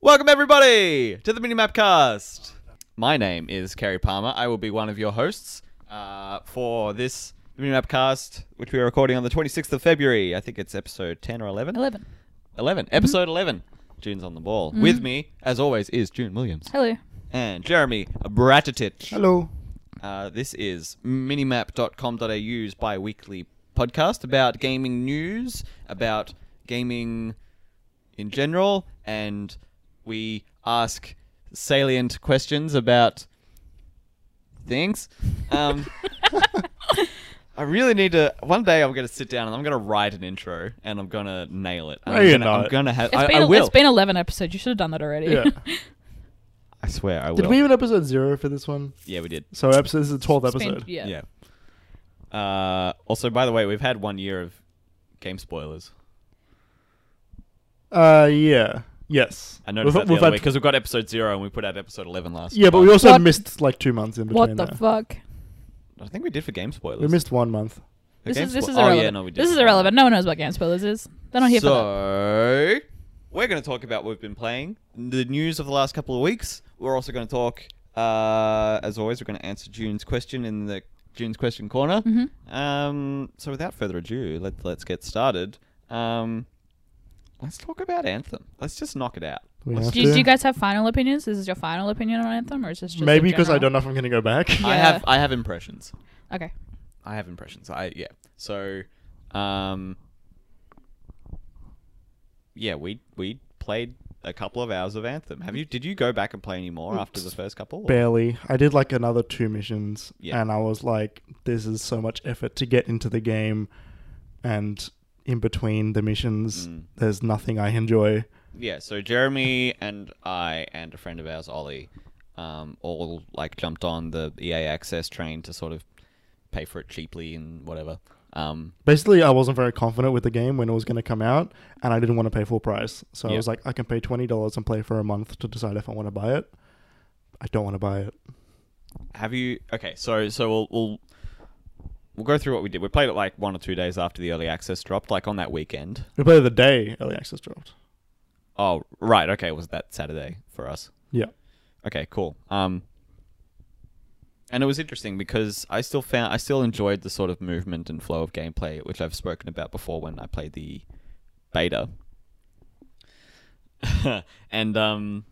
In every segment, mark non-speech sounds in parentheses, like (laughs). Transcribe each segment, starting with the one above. Welcome everybody to the Minimap Cast. My name is Kerry Palmer. I will be one of your hosts uh, for this Minimap Cast, which we are recording on the 26th of February. I think it's episode 10 or 11. 11. 11. Episode 11. June's on the ball. With me, as always, is June Williams Hello. and Jeremy Bratatich. Hello. Uh, this is minimap.com.au's bi weekly podcast about gaming news, about gaming in general, and we ask salient questions about things. (laughs) Um, I really need to. One day I'm going to sit down and I'm going to write an intro and I'm going to nail it. I'm No, you're gonna, I'm not. going to have. It's I, been, I will. It's been 11 episodes. You should have done that already. (laughs) Yeah. I swear I will. Did we have an episode zero for this one? Yeah, we did. So episode this is the twelfth It's been- episode. yeah. Yeah. Uh, also, by the way, we've had one year of game spoilers. Uh, yeah. Yes. I noticed We've- that the we've other had- week because we've got episode zero and we put out episode eleven last. Yeah, but we month. also What? missed like two months in between. What the there. fuck? I think we did for game spoilers. We missed one month. For This game is, this spo- is oh, irrelevant. yeah, no, we did. This is irrelevant. No one knows what game spoilers is. They're not here so, for we're going to talk about what we've been playing, the news of the last couple of weeks. We're also going to talk, uh, as always, we're going to answer June's question in the June's question corner. that. Mhm. Um, so without further ado, let let's get started. Um, let's talk about Anthem. Let's just knock it out. We Let's have Do, to. you, do you guys have final opinions? Is this your final opinion on Anthem, or is this just Maybe because I don't know if I'm going to (laughs) go back. I Yeah. have I have impressions. know. Okay. I have impressions. I yeah. So, um, yeah, we we played a couple of hours of Anthem. Have you? Did you go back and play any more after the first couple? or- Barely. I did like another two missions, Yeah. and I was like, "This is so much effort to get into the game," and in between the missions, Mm. there's nothing I enjoy. Yeah. So Jeremy and I and a friend of ours, Ollie, um, all like jumped on the EA Access train to sort of pay for it cheaply and whatever. Um, Basically, I wasn't very confident with the game when it was going to come out, and I didn't want to pay full price. So Yeah. I was like, I can pay twenty dollars and play for a month to decide if I want to buy it. I don't want to buy it. Have you? Okay, so so we'll we'll we'll go through what we did. We played it like one or two days after the early access dropped, like on that weekend. We played the day early access dropped. Oh, right. Okay, it was that Saturday for us? Yeah, Okay, cool. Um, and it was interesting because I still found I still enjoyed the sort of movement and flow of gameplay, which I've spoken about before when I played the beta. (laughs) and um,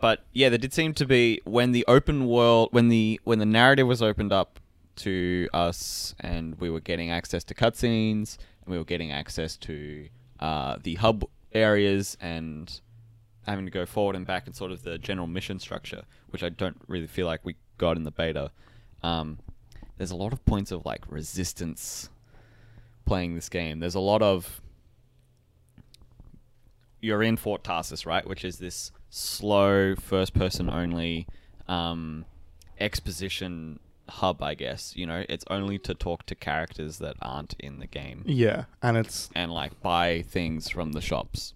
but yeah, there did seem to be when the open world when the when the narrative was opened up to us, and we were getting access to cutscenes, and we were getting access to uh, the hub areas and having to go forward and back and sort of the general mission structure, which I don't really feel like we got in the beta. Um, there's a lot of points of like resistance playing this game. There's a lot of you're in Fort Tarsus, right? Which is this slow first person only um, exposition hub, I guess. You know, it's only to talk to characters that aren't in the game yeah, and it's and like buy things from the shops.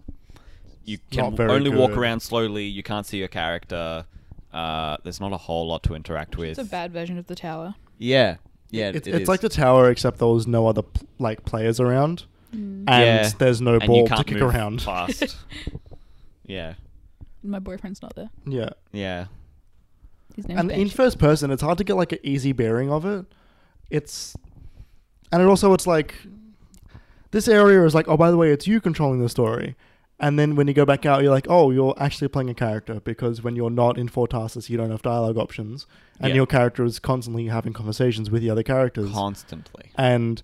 You Not can very only walk good. around slowly. You can't see your character. Uh, there's not a whole lot to interact with. It's a bad version of the tower. Yeah, yeah. it's, it it's is. like the tower except there was no other pl- like players around, and Yeah. there's no And you ball to can't kick move (laughs) around. Fast. yeah, (laughs) My boyfriend's not there. Yeah, yeah. His name's and Ben. in first person, it's hard to get like an easy bearing of it. It's, and it also it's like, this area is like, oh by the way, it's you controlling the story, and then when you go back out, you're like, oh, you're actually playing a character because when you're not in Four Tarsus, you don't have dialogue options, and Yeah. your character is constantly having conversations with the other characters, (laughs) Constantly. and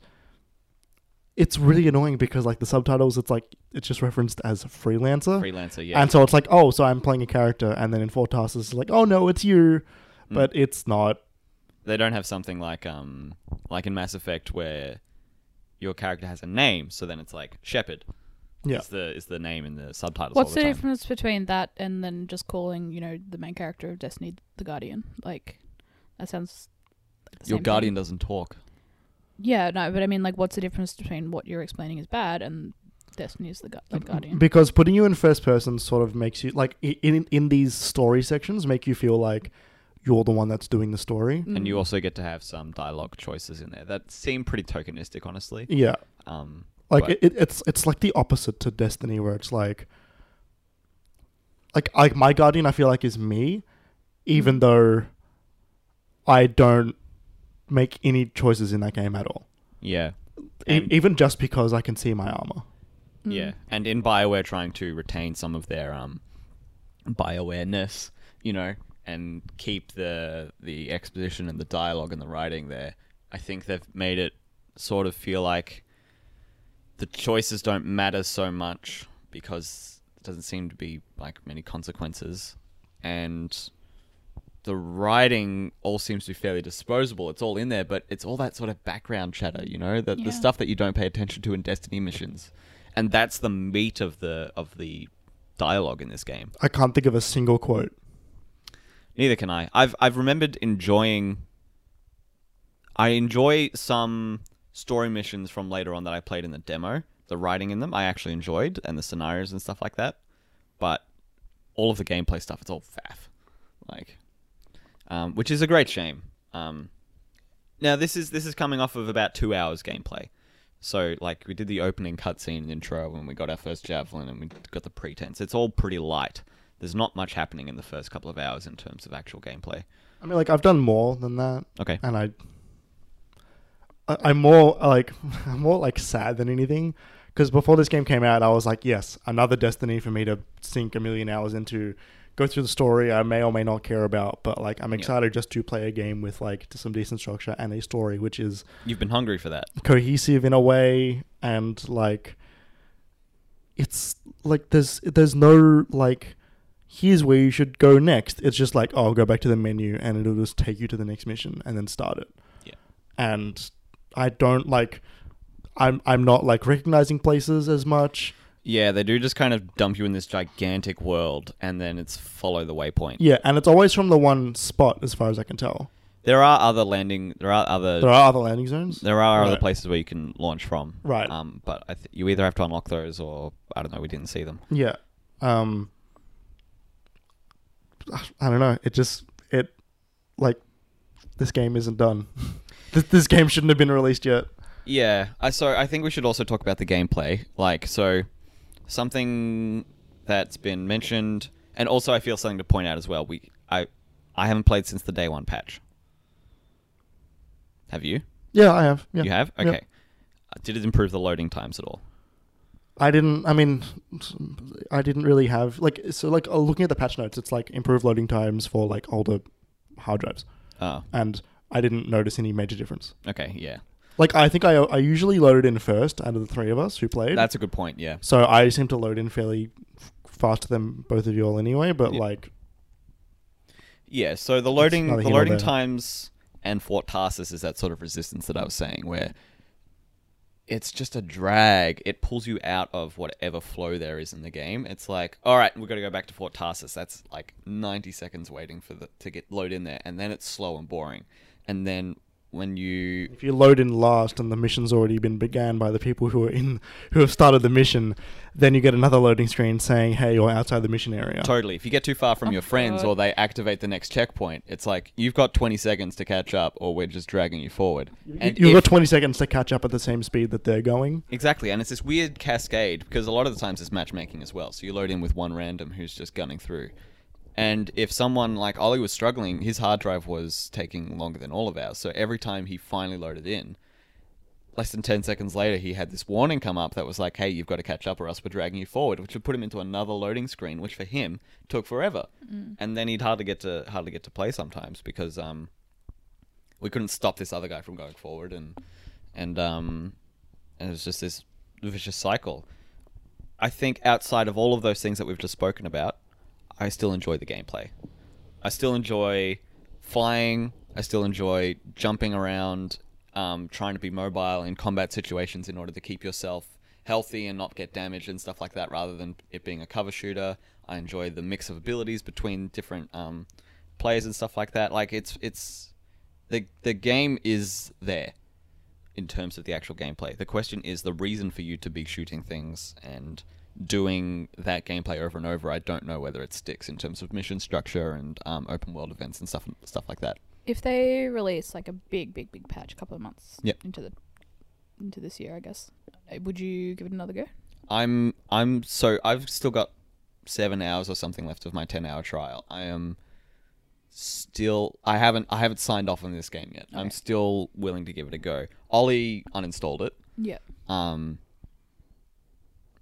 it's really annoying because like the subtitles, it's like it's just referenced as freelancer. Freelancer. Yeah. And so it's like, oh, so I'm playing a character, and then in four tasks, it's like, oh no, it's Mm. you, but it's not. they don't have something like um like in Mass Effect where your character has a name, so then it's like Shepard. Yeah, Is the is the name in the subtitles What's all the, the, time. difference between that and then just calling, you know, the main character of Destiny the Guardian? Like, that sounds. Like the Your same thing. guardian doesn't talk. Yeah, no, but I mean, like, what's the difference between what you're explaining is bad and Destiny is the gu- Mm, like Guardian? because putting you in first person sort of makes you like i- in in these story sections make you feel like you're the one that's doing the story. and Mm, you also get to have some dialogue choices in there that seem pretty tokenistic honestly Yeah, um like Right. it, it's it's like the opposite to Destiny, where it's like like like my guardian I feel like is me, even though I don't make any choices in that game at all. Yeah. E- And- even just because I can see my armor. Mm. Yeah, and in Bioware trying to retain some of their um Biowareness, you know, and keep the the exposition and the dialogue and the writing there. I think they've made it sort of feel like the choices don't matter so much because there doesn't seem to be like many consequences and the writing all seems to be fairly disposable. It's all in there, but it's all that sort of background chatter, you know, that Yeah. the stuff that you don't pay attention to in Destiny missions, and that's the meat of the of the dialogue in this game. I can't think of a single quote. Neither can I. I've I've remembered enjoying. I enjoy some story missions from later on that I played in the demo. The writing in them I actually enjoyed, and the scenarios and stuff like that. But all of the gameplay stuff, it's all faff, like, um, which is a great shame. Um, now this is this is coming off of about two hours gameplay. So like we did the opening cutscene and intro when we got our first javelin and we got the pretense. It's all pretty light. There's not much happening in the first couple of hours in terms of actual gameplay. I mean, like I've done more than that, Okay. and I, I I'm more like (laughs) I'm more like sad than anything because before this game came out, I was like, yes, another Destiny for me to sink a million hours into, go through the story I may or may not care about, but like I'm Yeah. excited just to play a game with like some decent structure and a story which is You've been hungry for that. cohesive in a way and like it's like there's there's no like here's where you should go next it's just like oh go back to the menu and it'll just take you to the next mission and then start it Yeah. and i don't like i'm i'm not like recognizing places as much Yeah, they do just kind of dump you in this gigantic world and then it's follow the waypoint. yeah and it's always from the one spot as far as i can tell There are other landing there are other there are other landing zones Uh, There are other Right. places where you can launch from. Right. Um, but I th- you either have to unlock those or I don't know. We didn't see them. Yeah. Um I don't know. It just it like this game isn't done. (laughs) this this game shouldn't have been released yet. Yeah. I so I think we should also talk about the gameplay. Like so, something that's been mentioned, and also I feel something to point out as well. We I I haven't played since the day one patch. Have you? Yeah, I have. Yeah. You have? Yeah. Okay. Uh, Did it improve the loading times at all? I didn't I mean I didn't really have like so like oh, looking at the patch notes it's like improved loading times for like older hard drives Oh. and I didn't notice any major difference. Okay. Yeah. Like I think I I usually loaded in first out of the three of us who played. That's a good point. Yeah. So I seem to load in fairly f- faster than both of you all anyway, but Yeah. like Yeah, so the loading neither the here nor loading there. times and Fort Tarsus is that sort of resistance that I was saying where it's just a drag. It pulls you out of whatever flow there is in the game. It's like, all right, we've got to go back to Fort Tarsus. That's like 90 seconds waiting for the to get load in there and then it's slow and boring. And then when you If you load in last and the mission's already been began by the people who are in who have started the mission, then you get another loading screen saying, "Hey, you're outside the mission area." Totally. If you get too far from Oh your my friends God. or they activate the next checkpoint, it's like you've got 20 seconds to catch up or we're just dragging you forward. You- And You've if- got 20 seconds to catch up at the same speed that they're going. Exactly, and it's this weird cascade because a lot of the times it's matchmaking as well. So you load in with one random who's just gunning through. And if someone like Ollie was struggling, his hard drive was taking longer than all of ours. So every time he finally loaded in, less than 10 seconds later, he had this warning come up that was like, hey, you've got to catch up or else we're dragging you forward, which would put him into another loading screen, which for him took forever. And then he'd hardly get to hardly get to play sometimes because um, we couldn't stop this other guy from going forward. And, and, um, and it was just this vicious cycle. I think outside of all of those things that we've just spoken about, I still enjoy the gameplay. I still enjoy flying. I still enjoy jumping around, um, trying to be mobile in combat situations in order to keep yourself healthy and not get damaged and stuff like that. Rather than it being a cover shooter, I enjoy the mix of abilities between different um, players and stuff like that. Like it's it's the the game is there in terms of the actual gameplay. The question is the reason for you to be shooting things and doing that gameplay over and over. I don't know whether it sticks in terms of mission structure and um, open world events and stuff stuff like that. If they release like a big, big, big patch, a couple of months Yep. into the into this year, I guess, uh, would you give it another go? I'm I'm so I've still got seven hours or something left of my ten hour trial. I am still I haven't I haven't signed off on this game yet. I'm Okay. still willing to give it a go. Ollie uninstalled it. Yeah. Um,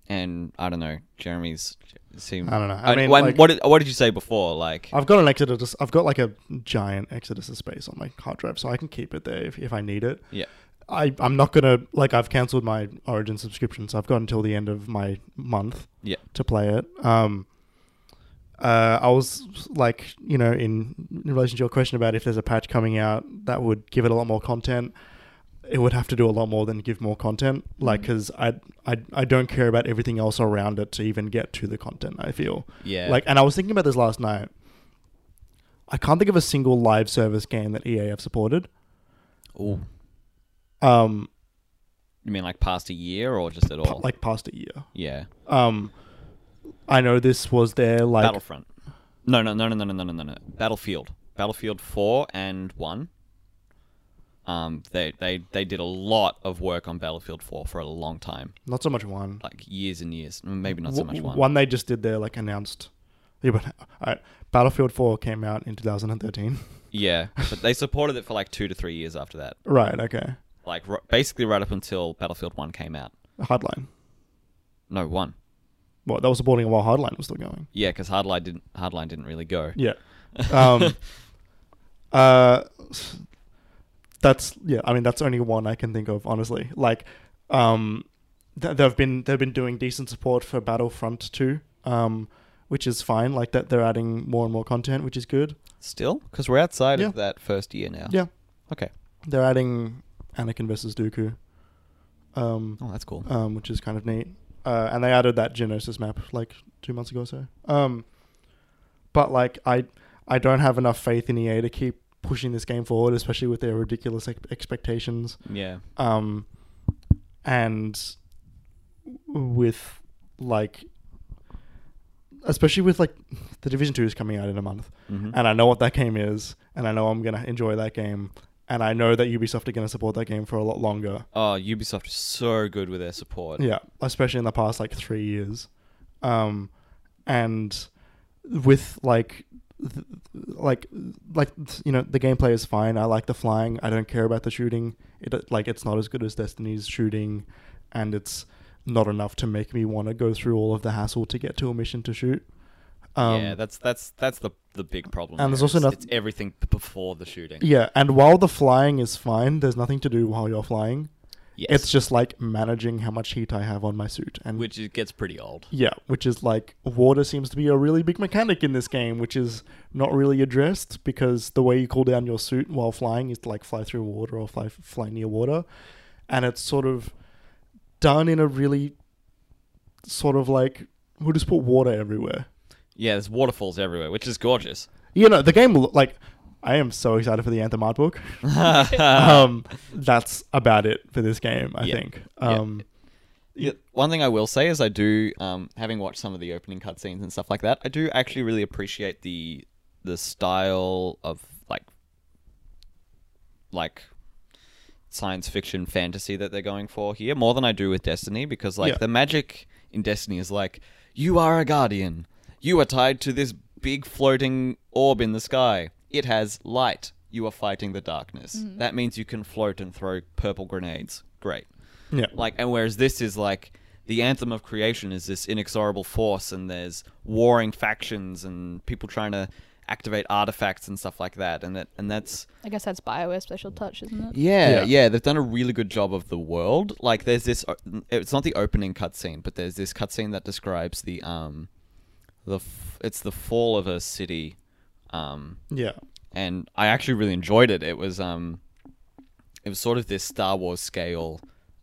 and I don't know. Jeremy's seemed. I don't know. I mean, when- like- Uh, what did what did you say before? Like, I've got an Exodus. I've got like a giant Exodus of space on my hard drive, so I can keep it there if, if I need it. yeah, I, I'm not gonna like I've cancelled my Origin subscription, so I've got until the end of my month yeah, to play it. Um, uh, I was like, you know, in, in relation to your question about if there's a patch coming out that would give it a lot more content, it would have to do a lot more than give more content. Mm. Like, because I, I I don't care about everything else around it to even get to the content. I feel yeah. like, and I was thinking about this last night. I can't think of a single live service game that EA have supported. Ooh. Um, you mean like past a year or just at pa- all? like past a year. yeah, Um, I know this was their like Battlefront. No, no, no, no, no, no, no, no, no, no. Battlefield, Battlefield four and one. Um, they they they did a lot of work on Battlefield four for a long time, not so much one, like years and years. Maybe not so much W- one. One they just did their like announced. Yeah, but (laughs) alright, Battlefield Four came out in 2013. Yeah, but they supported it for like two to three years after that. (laughs) right. Okay. like r- basically right up until Battlefield One came out. Hardline. No one, Well, they were supporting it while Hardline was still going. yeah, because Hardline didn't Hardline didn't really go. (laughs) Yeah. Um. uh. That's yeah. I mean, that's only one I can think of. Honestly, like, um, th- they've been they've been doing decent support for Battlefront Two. Um. Which is fine, like that they're adding more and more content, which is good. Still, because we're outside Yeah. of that first year now. Yeah. Okay. They're adding Anakin versus Dooku, um, Oh, that's cool. um, which is kind of neat. Uh, and they added that Geonosis map like two months ago or so. Um, but like I, I don't have enough faith in EA to keep pushing this game forward, especially with their ridiculous ex- expectations. yeah. Um, and with like, especially with like, the Division Two is coming out in a month Mm-hmm. and I know what that game is, and I know I'm gonna enjoy that game, and I know that Ubisoft are gonna support that game for a lot longer. oh, Ubisoft is so good with their support. Yeah, especially in the past like three years, um, and with like, th- like, like you know, the gameplay is fine. I like the flying. I don't care about the shooting. It like it's not as good as Destiny's shooting, and it's not enough to make me want to go through all of the hassle to get to a mission to shoot. Um, yeah, that's that's that's the the big problem. and there's there. also It's- noth- it's everything b- before the shooting. Yeah, and while the flying is fine, there's nothing to do while you're flying. Yes, It's just like managing how much heat I have on my suit, and which it gets pretty old. yeah, which is like water seems to be a really big mechanic in this game, which is not really addressed because the way you cool down your suit while flying is to like fly through water or fly fly near water, and it's sort of done in a really sort of like we'll just put water everywhere. Yeah, there's waterfalls everywhere, which is gorgeous. You know, the game lo- like I am so excited for the Anthem (laughs) art book. um, that's about it for this game, I Yeah. think. Yeah. Um, Yeah, one thing I will say is I do, um, having watched some of the opening cutscenes and stuff like that, I do actually really appreciate the the style of like like science fiction fantasy that they're going for here more than I do with Destiny because like Yeah. the magic in Destiny is like you are a guardian, you are tied to this big floating orb in the sky. It has light. You are fighting the darkness. That means you can float and throw purple grenades. Great yeah. like and whereas this is like the anthem of creation is this inexorable force and there's warring factions and people trying to activate artifacts and stuff like that and that and that's I guess that's Bioware's special touch, isn't it? yeah, Yeah. yeah, They've done a really good job of the world. Like, there's this. uh, It's not the opening cutscene, but there's this cutscene that describes the um, the f- it's the fall of a city, um, yeah, and I actually really enjoyed it. It was um, it was sort of this Star Wars scale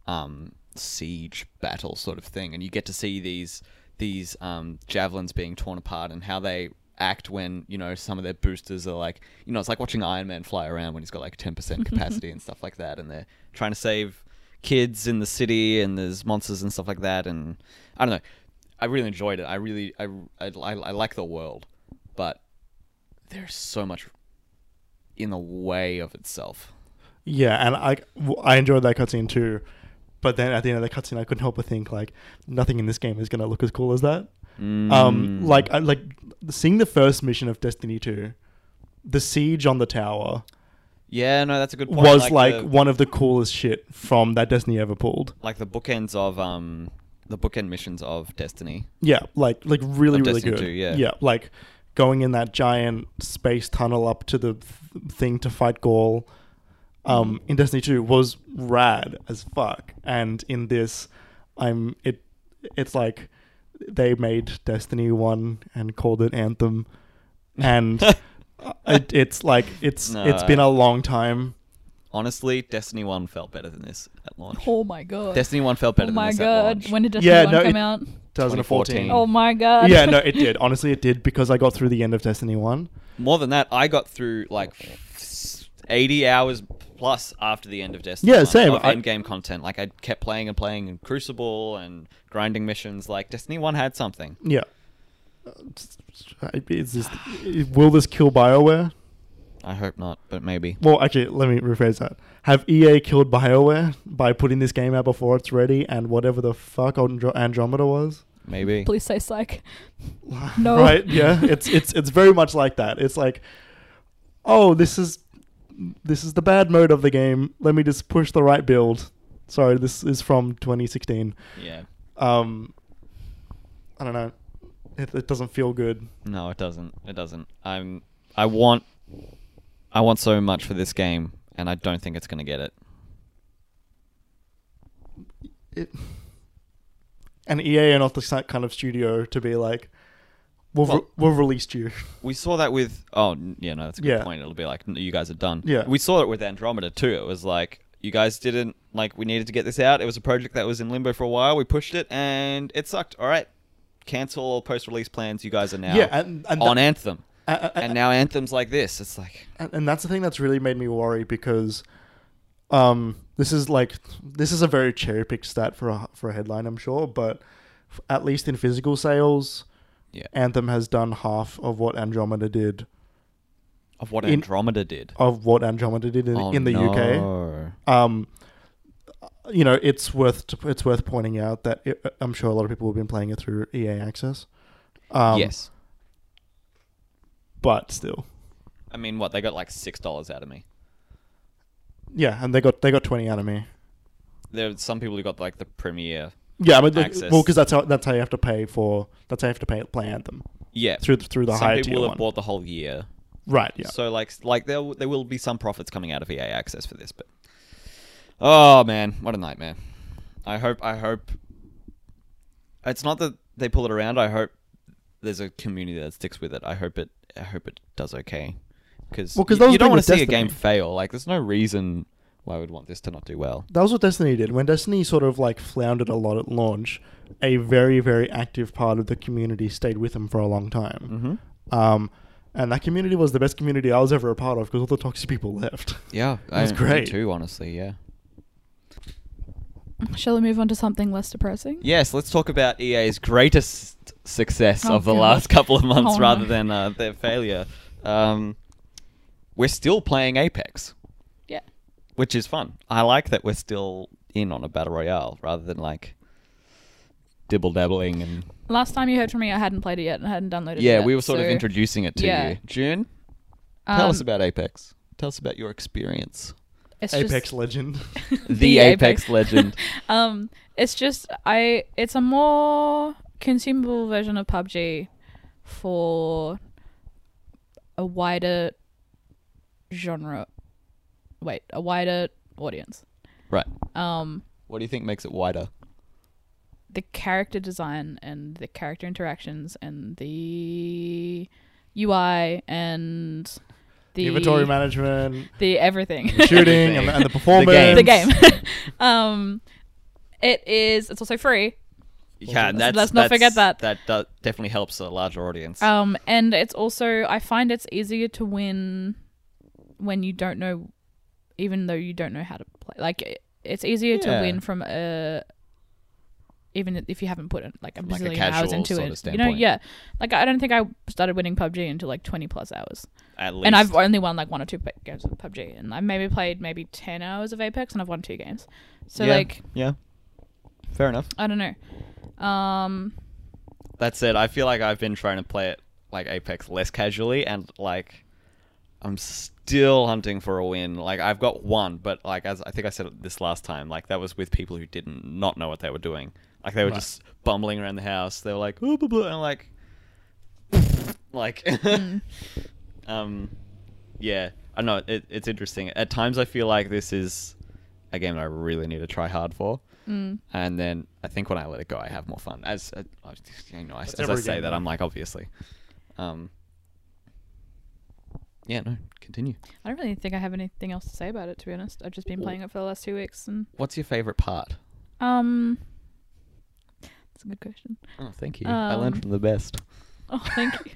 um, siege battle sort of thing, and you get to see these these um, javelins being torn apart and how they act when you know some of their boosters are like you know it's like watching Iron Man fly around when he's got like ten percent capacity and stuff like that, and they're trying to save kids in the city and there's monsters and stuff like that, and I don't know. I really enjoyed it. I really I I, I, I like the world, but there's so much in the way of itself. yeah. And I, w- I enjoyed that cutscene too, but then at the end of the cutscene, I couldn't help but think like nothing in this game is gonna look as cool as that. Um, Mm. like I, like seeing the first mission of Destiny Two, the siege on the tower yeah, no, that's a good point. was like, the, one of the coolest shit from that Destiny ever pulled. like the bookends of um the bookend missions of Destiny. Yeah, like like really Of really Destiny good. 2, yeah. like going in that giant space tunnel up to the th- thing to fight Gaul. Um, Mm. in Destiny Two was rad as fuck, and in this, I'm it. It's like they made Destiny One and called it (laughs) Anthem, and uh, it, it's like it's it's Nah. been a long time. Honestly, Destiny One felt better than this at (laughs) launch. Oh my god. Destiny One felt oh better than my this at god. launch. When did Destiny Yeah, 1 no, come it- out? 2014. 2014. Oh my god. yeah, no, it did. Honestly, it did because I got through the end of Destiny One. More than that, I got through like f- eighty hours plus after the end of Destiny. Yeah, 1 same. Of I- end game content, like I kept playing and playing in Crucible and grinding missions. Like Destiny One had something. Yeah. Uh, Is this, will this kill BioWare? I hope not, but maybe. Well, actually, let me rephrase that. Have EA killed BioWare by putting this game out before it's ready and whatever the fuck Andro- Andromeda was? Maybe. (laughs) Please say psych. No. Right? Yeah. It's it's it's very much like that. It's like, oh, this is this is the bad mode of the game. Let me just push the right build. Sorry, this is from 2016. Yeah. Um, I don't know. It, it doesn't feel good. No, it doesn't. It doesn't. I'm. I want. I want so much for this game, and I don't think it's gonna get it. it and EA are not the si- kind of studio to be like, we've, Well- re- we've released you. We saw that with. Oh n- yeah, no, that's a good Yeah. point. It'll be like "N- you guys are done. Yeah. We saw it with Andromeda too. It was like you guys didn't like. We needed to get this out. It was a project that was in limbo for a while. We pushed it, and it sucked. All right, cancel all post-release plans. You guys are now (laughs) Yeah, and- and on that- Anthem, A- a- and now Anthem's like this. It's like And, and that's the thing that's really made me worry because um, this is like, this is a very cherry picked stat for a, for a headline, I'm sure, but f- at least in physical sales, yeah. Anthem has done half of what Andromeda did, Of what in- Andromeda did of what Andromeda did in, Oh, in the UK. no. um, you know, it's worth it's worth pointing out that it, I'm sure a lot of people have been playing it through EA Access. Um, yes. but still, I mean, what they got like six dollars out of me. yeah, and they got they got 20 out of me. There's some people who got like the premiere. Yeah, I mean, like, Access. well, because that's how that's how you have to pay for that's how you have to pay play Anthem Yeah, through through the some higher people tier will have one. bought the whole year. Right. Yeah. So like like there there will be some profits coming out of EA Access for this, but oh man, what a nightmare! I hope I hope it's not that they pull it around. I hope there's a community that sticks with it. I hope it I hope it does okay because Well, 'cause that you, was you the don't thing want with to see a Destiny. game fail. Like there's no reason why I would want this to not do well. That was what Destiny did. When Destiny sort of like floundered a lot at launch, a very very active part of the community stayed with them for a long time. Mm-hmm. Um, and that community was the best community I was ever a part of because all the toxic people left. (laughs) Yeah, That's I- me great. too. Honestly, yeah. Shall we move on to something less depressing? Yes, let's talk about EA's greatest success Oh, of the God. last couple of months Oh, rather no. than uh, their failure. Um, we're still playing Apex, Yeah. which is fun. I like that we're still in on a battle royale rather than like dibble dabbling and Last time you heard from me, I hadn't played it yet and hadn't downloaded it. yeah, yet, we were sort of so, introducing it to yeah. you. June, tell us um, about Apex. Tell us about your experience. it's just- (laughs) Apex Legend. (laughs) The Apex legend. um, it's just I. It's a more consumable version of PUBG for a wider genre. Wait, a wider audience. Right. Um, What do you think makes it wider? the character design and the character interactions and the UI and the Inventory management, the everything. shooting, and, the- (laughs) and the performance. game. (laughs) the game. (laughs) um, it is. It's also free. Yeah, Let's- let's not forget that. That do- definitely helps a larger audience. Um, and it's also I find it's easier to win when you don't know, even though you don't know how to play. Like it, it's easier Yeah. to win from a. Even if you haven't put it like a Like a bazillion hours casual into sort it, of you know, standpoint. yeah. Like I don't think I started winning PUBG until like twenty plus hours, At least. and I've only won like one or two pa- games of PUBG, and I've maybe played maybe ten hours of Apex, and I've won two games. So yeah, like yeah, fair enough. I don't know. Um, That said, I feel like I've been trying to play it like Apex less casually, and like I'm still hunting for a win. Like I've got one, but like as I think I said it this last time, like that was with people who didn't not know what they were doing. Like they were Right. just bumbling around the house. They were like, "Ooh, blah, blah," and I'm like, (laughs) like, (laughs) um, yeah. I don't know. It, it's interesting. At times, I feel like this is a game that I really need to try hard for. Mm. And then I think when I let it go, I have more fun. As uh, I- you know, as, That's as I every say game, that, though. I'm like, obviously. Um, yeah, no, continue. I don't really think I have anything else to say about it. To be honest, I've just been playing it for the last two weeks, and What's your favorite part? um, that's a good question. (laughs) Oh, thank you. I learned Um, from the (laughs) best. Oh, thank you.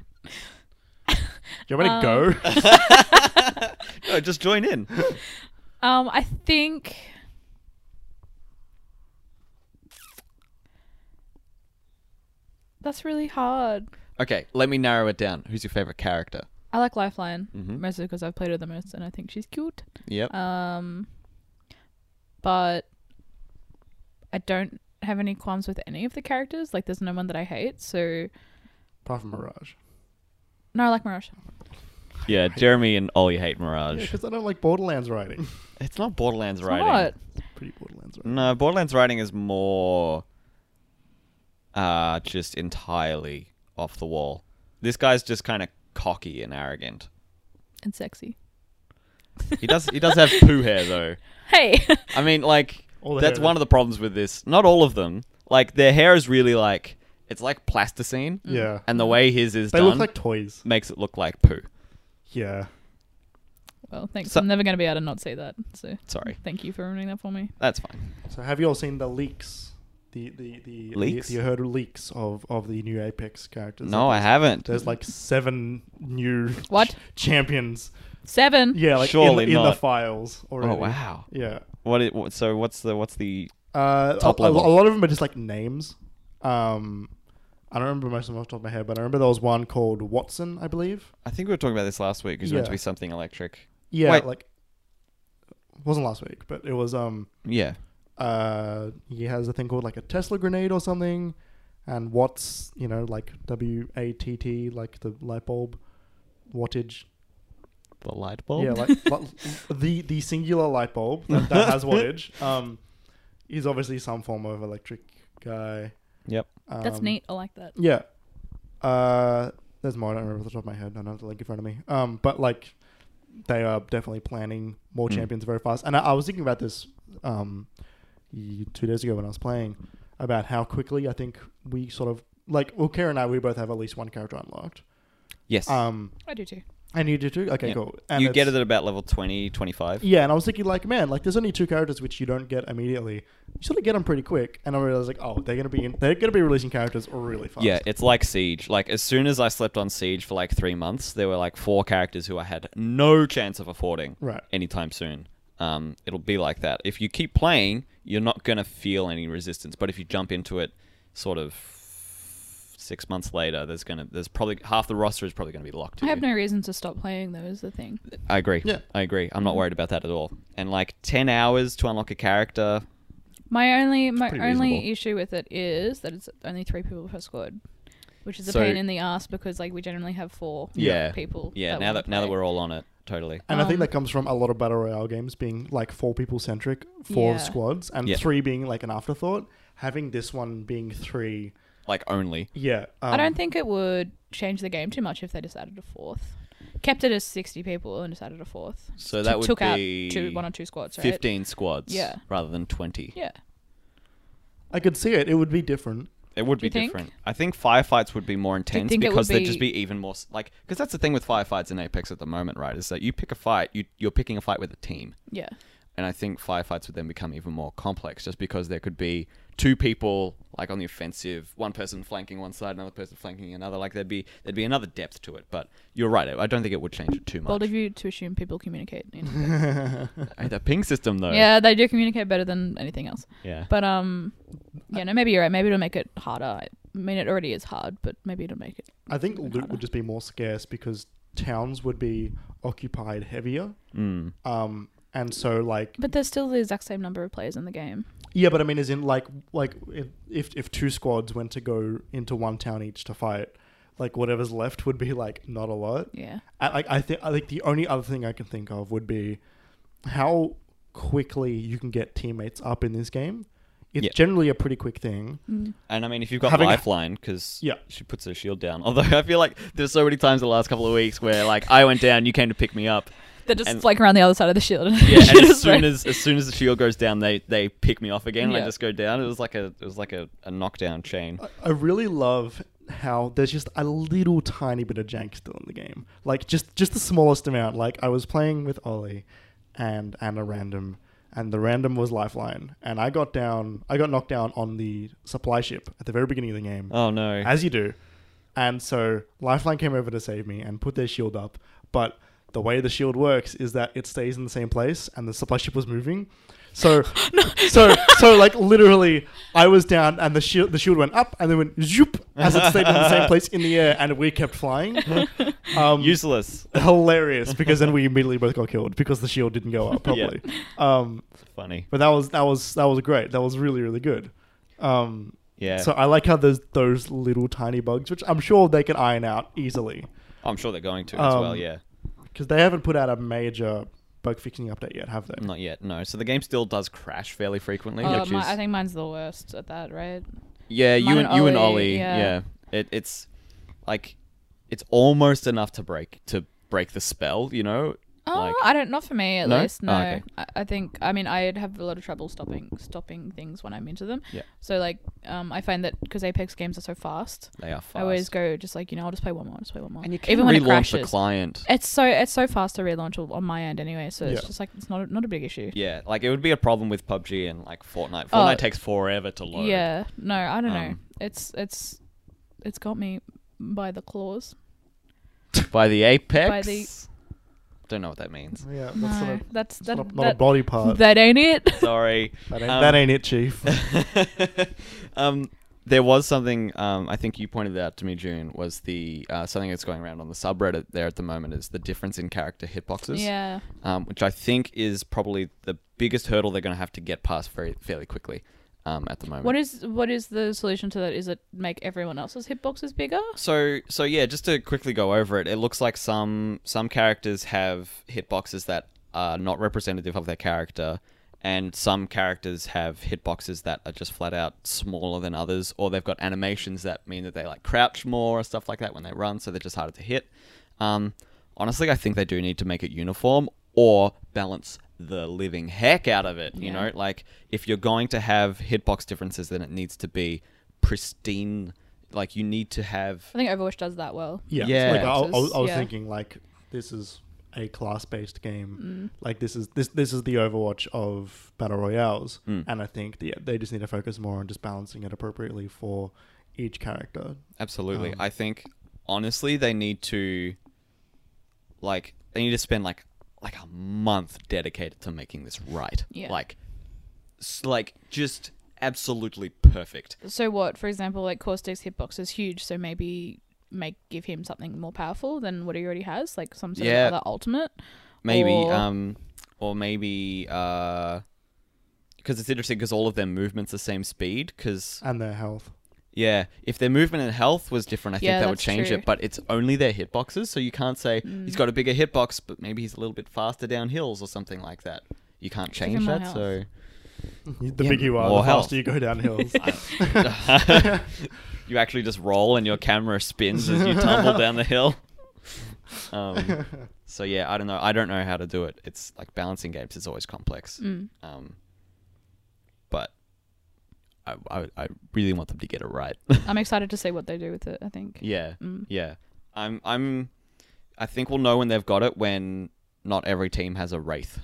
Do you want me to go? No, Oh, just join in. (laughs) (laughs) Um, I think. That's really hard. okay, let me narrow it down. Who's your favorite character? I like Lifeline Mm-hmm. Mhm. mostly because I've played her the most and I think she's cute. Yep. Um, but I don't have any qualms with any of the characters. Like, there's no one that I hate. So, (laughs) Apart from Mirage. no, I like Mirage. yeah, Jeremy and Ollie hate Mirage. Because I don't like Borderlands writing. (laughs) (laughs) It's not Borderlands It's writing. not. Pretty Borderlands writing. No, Borderlands writing is more uh just entirely off the wall. This guy's just kind of cocky and arrogant. And sexy. He does he does have poo hair though. Hey! (laughs) I mean like All the that's hair. one of the problems with this. Not all of them. Like their hair is really like it's like plasticine Mm. Yeah. and the way his is They done look like toys. makes it look like poo. Yeah. well, thanks. So- I'm never going to be able to not say that. So, Sorry. thank you for ruining that for me. That's fine. So have you all seen the leaks? The the the Leaks? The, you heard leaks of of the new Apex characters. No, I haven't. There's like seven new What? (laughs) champions. Seven. Yeah, like Surely in, the- in the not. files already. Oh wow. Yeah. What it, what- so what's the what's the Uh, a- Top a, level. A, lot of them are just like names. Um, I don't remember most of them off the top of my head, but I remember there was one called Watson, I believe. I think we were talking about this last week. It was meant to be Yeah. something electric. Yeah, Wait. like wasn't last week, but it was um Yeah. uh, he has a thing called like a Tesla grenade or something, and watts, you know, like W A T T, like the light bulb wattage. The light bulb. Yeah, like (laughs) li- the the singular light bulb that, (laughs) that has wattage. Um, he's obviously some form of electric guy. Yep. Um, That's neat. I like that. Yeah. Uh, there's more. I don't remember off the top of my head. I don't have the link in front of me. Um, but like, they are definitely planning more Mm. champions very fast. And I, I was thinking about this, um, y- two days ago when I was playing, about how quickly I think we sort of like. Well, Kara and I, we both have at least one character unlocked. Yes. Um, I do too. and you do too. Okay, Yeah. cool. And you get it's- it at about level 20, 25. Yeah, and I was thinking like, man, like there's only two characters which you don't get immediately. You sort of get them pretty quick, and I realized like, oh, they're gonna be in, they're gonna be releasing characters really fast. Yeah, it's like Siege. Like as soon as I slept on Siege for like three months, there were like four characters who I had no chance of affording Right. anytime soon. Um, it'll be like that. If you keep playing, you're not gonna feel any resistance. But if you jump into it, sort of six months later, there's gonna there's probably half the roster is probably gonna be locked. to I have you. no reason to stop playing, though, is the thing. I agree. Yeah. Mm-hmm. I agree. I'm not worried about that at all. And like ten hours to unlock a character. My only my pretty only reasonable. issue with it is that it's only three people per squad, which is a So- pain in the ass because like we generally have four Yeah. people. Yeah. now wanna that now that play. we're all on it, totally. And I think Um, that comes from a lot of battle royale games being like four people centric, four Yeah. squads, and Yeah. three being like an afterthought. Having this one being three, Like only. yeah. Um, I don't think it would change the game too much if they decided a fourth. Kept it as sixty people and decided a fourth. So T- that would took be out two one or two squads, right? 15 squads Yeah. rather than 20. Yeah. I could see it. It would be different. It would Do be you think? different. I think firefights would be more intense think it would because they'd just be- be even more s- like because that's the thing with firefights in Apex at the moment, right? Is that you pick a fight, you you're picking a fight with a team. Yeah. And I think firefights would then become even more complex just because there could be two people like on the offensive, one person flanking one side, another person flanking another. Like there'd be there'd be another depth to it. But you're right. I I don't think it would change it too much. Bold of you to assume people communicate. you know. Hey, that ping system though. yeah, they do communicate better than anything else. Yeah. But um, yeah, no, maybe you're right. Maybe it'll make it harder. I mean, it already is hard, but maybe it'll make it. I think even loot harder. would just be more scarce because towns would be occupied heavier. Mm. Um, and so like But there's still the exact same number of players in the game. yeah, but I mean, as in like like if if, if two squads went to go into one town each to fight, like whatever's left would be like not a lot. Yeah. I, like I think I think the only other thing I can think of would be how quickly you can get teammates up in this game. It's Yeah. generally a pretty quick thing. Mm. And I mean, if you've got Having- lifeline, because Yeah. she puts her shield down. (laughs) Although I feel like there's so many times the last couple of weeks where like I went down, you came to pick me (laughs) up. They're just And- like around the other side of the shield. (laughs) Yeah, and as soon as as soon as the shield goes down, they they pick me off again, and I Yeah. just go down. It was like a it was like a, a knockdown chain. I- I really love how there's just a little tiny bit of jank still in the game. Like just just the smallest amount. Like I was playing with Ollie and and a random and the random was lifeline and I got down I got knocked down on the supply ship at the very beginning of the game. Oh no! As you do. And so Lifeline came over to save me and put their shield up. But the way the shield works is that it stays in the same place and the supply ship was moving. So so so like literally I was down and the shield the shield went up and then went zoop as it stayed in the same place in the air and we kept flying. Um Useless. (laughs) hilarious because then we immediately both got killed because the shield didn't go up Yeah. properly. Um Funny. but that was that was that was great. That was really, really good. Um Yeah. so I like how there's those little tiny bugs, which I'm sure they can iron out easily I'm sure they're going to as well. Um, Yeah. because they haven't put out a major bug fixing update yet, have they? Not yet. No. So the game still does crash fairly frequently. Oh, which my, is, I think mine's the worst at that, right? yeah, you mine and and you and Ollie, Ollie. Yeah. yeah. It, it's like it's almost enough to break to break the spell. You know. Oh, Like- I don't. Not for me, at No? least. Oh, No, okay. I, I think. I mean, I'd have a lot of trouble stopping stopping things when I'm into them. Yeah. So like, um, I find that because Apex games are so fast, They are fast. I always go just like you know I'll just play one more, I'll just play one more, and you can even relaunch when it crashes. the client. it's so it's so fast to relaunch on my end anyway, so it's Yeah. just like it's not a, not a big issue. Yeah, like it would be a problem with PUBG and like Fortnite. Fortnite Oh. takes forever to load. Yeah, no, I don't know. Um, It's it's it's got me by the claws. (laughs) By the Apex. By the- Don't know what that means. Yeah, that's No, not, a, that's that's that not, a, not a that, body part. That, that ain't it. (laughs) Sorry. ain't, um, that ain't (laughs) it, Chief. um, there was something um, I think you pointed out to me, June, was the uh, something that's going around on the subreddit there at the moment is the difference in character hitboxes, yeah, um, which I think is probably the biggest hurdle they're going to have to get past very fairly quickly um, at the moment. what is what is the solution to that? Is it make everyone else's hitboxes bigger? So so yeah, just to quickly go over it, it looks like some some characters have hitboxes that are not representative of their character, and some characters have hitboxes that are just flat out smaller than others, or they've got animations that mean that they like crouch more or stuff like that when they run, so they're just harder to hit. Um, honestly, I think they do need to make it uniform or balance the living heck out of it. You Yeah. know, like if you're going to have hitbox differences, then it needs to be pristine. Like you need to have I think Overwatch does that well. yeah, yeah. like I, I, was- I was Yeah. thinking, like this is a class-based Mm. game. Like this is this this is the Overwatch of battle royales, Mm. and I think the, they just need to focus more on just balancing it appropriately for each character. Absolutely. Um, I think honestly they need to like they need to spend like like a month dedicated to making this right. Yeah. Like s- like just absolutely perfect. So what, for example, like Caustic's hitbox is huge, so maybe make give him something more powerful than what he already has, like some sort Yeah. of other ultimate. Maybe Or- um or maybe uh because it's interesting because all of their movements the same speed because And their health. (laughs) yeah if their movement and health was different i think Yeah, that would that's change true. Mm. it but it's only their hitboxes so you can't say he's got a bigger hitbox but maybe he's a little bit faster down hills or something like that you can't him change more that health. so The Yeah, bigger you are, more the health. faster you go down (laughs) hills. I- (laughs) you actually just roll and your camera spins as you tumble down the (laughs) hill. Um, so yeah, I don't know. I don't know how to do it. It's like balancing games is always complex. Mm. Um, but I, I, I really want them to get it right. I'm excited to see what they do with it. I think. yeah, Mm. yeah. I'm I'm. I think we'll know when they've got it when not every team has a (laughs) wraith.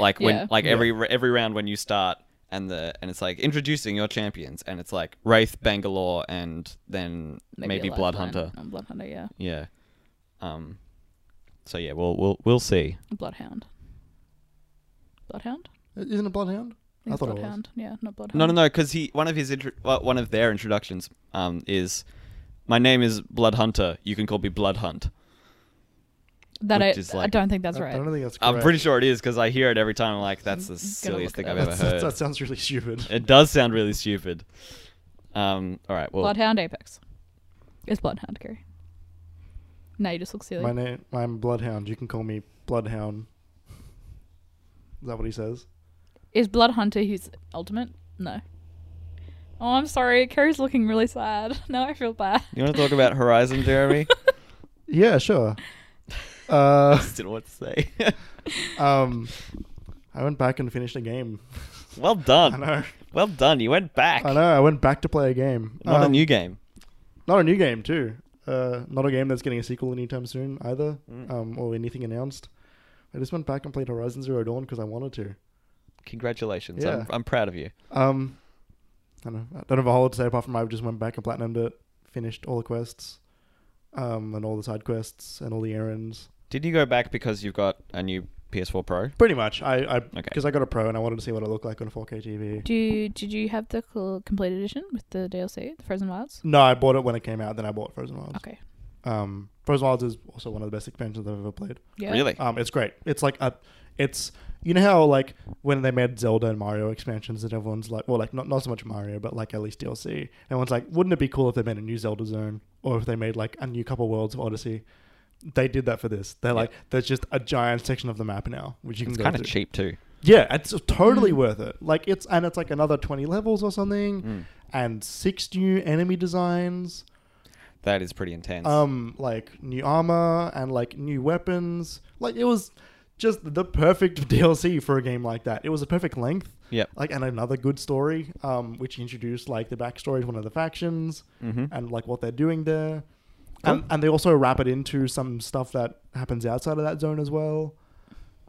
like when Yeah. like Yeah. every every round when you start and the and it's like introducing your champions and it's like Wraith, Bangalore, and then maybe, a Blood Lifeline. Hunter. Um, Blood Hunter, yeah. Yeah. Um. So yeah, we'll we'll we'll see. Bloodhound. Bloodhound? Isn't it Bloodhound? think I it's thought it was. Bloodhound. Yeah, not Bloodhound. No, no, no, because he one of his intro, well, one of their introductions um is my name is Blood Hunter. You can call me Blood Hunt. That I, Which is I like- don't think that's I- right. I don't think that's correct. I'm pretty sure it is because I hear it every time. I'm like, that's the silliest thing look it I've up. ever That's- that's- heard. That sounds really stupid. It does sound really stupid. Um, all right, well, Bloodhound Apex. It's Bloodhound, Gary. No, you just look silly. My name, I'm Bloodhound. You can call me Bloodhound. Is that what he says? Is Blood Hunter his ultimate? No. Oh, I'm sorry. Kerry's looking really sad. (laughs) Now I feel (laughs) bad. you want to talk about Horizon, Jeremy? (laughs) Yeah, sure. uh, just didn't want to say. (laughs) um, I went back and finished a game. well I done. know. Well done. You went back. I know. I went back to play a game. Not a Um, new game. Not a new game too. Uh, not a game that's getting a sequel anytime soon either, Mm. um, or anything announced. I just went back and played Horizon Zero Dawn because I wanted to. Congratulations. yeah. I'm, I'm proud of you. Um, I don't know. I don't have a whole lot to say apart from I just went back and platinumed it, finished all the quests, um, and all the side quests and all the errands. Did you go back because you've got a new PS4 Pro? Pretty much, I because I, Okay. 'cause I got a pro and I wanted to see what it looked like on a 4K TV. Do you, did you have the cl- complete edition with the DLC, the Frozen Wilds? No, I bought it when it came out. Then I bought Frozen Wilds. Okay. Um, Frozen Wilds is also one of the best expansions I've ever played. Yeah. Really? Um, it's great. It's like a, it's you know how like when they made Zelda and Mario expansions and everyone's like, well, like not not so much Mario, but like at least DLC. Everyone's like, wouldn't it be cool if they made a new Zelda zone or if they made like a new couple worlds of Odyssey? They did that for this. They're like, there's just a giant section of the map now which you can it's go kind of through. cheap too. Yeah, it's totally Mm. worth it. Like it's and it's like another twenty levels or something, Mm. and six new enemy designs That is pretty intense. um like new armor and like new weapons like it was just the perfect (laughs) dlc for a game like that it was a perfect length yep. like and another good story um which introduced like the backstory of one of the factions Mm-hmm. and like what they're doing there Cool. and, and they also wrap it into some stuff that happens outside of that zone as well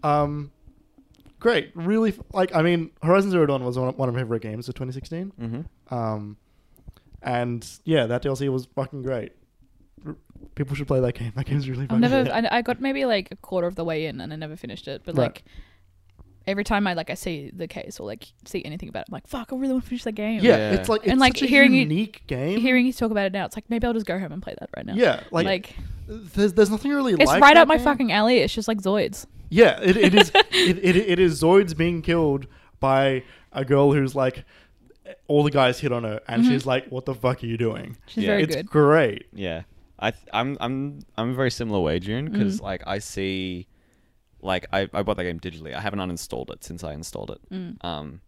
um great really f- like i mean horizon zero dawn was one of, one of my favorite games of 2016 mm-hmm. um, and yeah, that DLC was fucking great. R- People should play that game. (laughs) That game's really I've fun. never. I, I got maybe like a quarter of the way in, and I never finished it. But Right. like every time I like I see the case or like see anything about it, I'm like, fuck, I really want to finish that game. yeah, Yeah. it's like it's And, like, such a hearing you- unique game. Hearing you talk about it now, it's like maybe I'll just go home and play that right now. yeah, like, Like, there's there's nothing really. it's like right that up my game. fucking alley. It's just like Zoids. Yeah, it, (laughs) it is. it, it, it is Zoids being killed by a girl who's like, all the guys hit on her, and she's like, "What the fuck are you doing?" She's Yeah. Mm-hmm. very it's good. great. Yeah, I th- I'm I'm I'm a very similar way, June, because Mm-hmm. like I see, like I, I bought that game digitally. I haven't uninstalled it since I installed it. Mm. Um,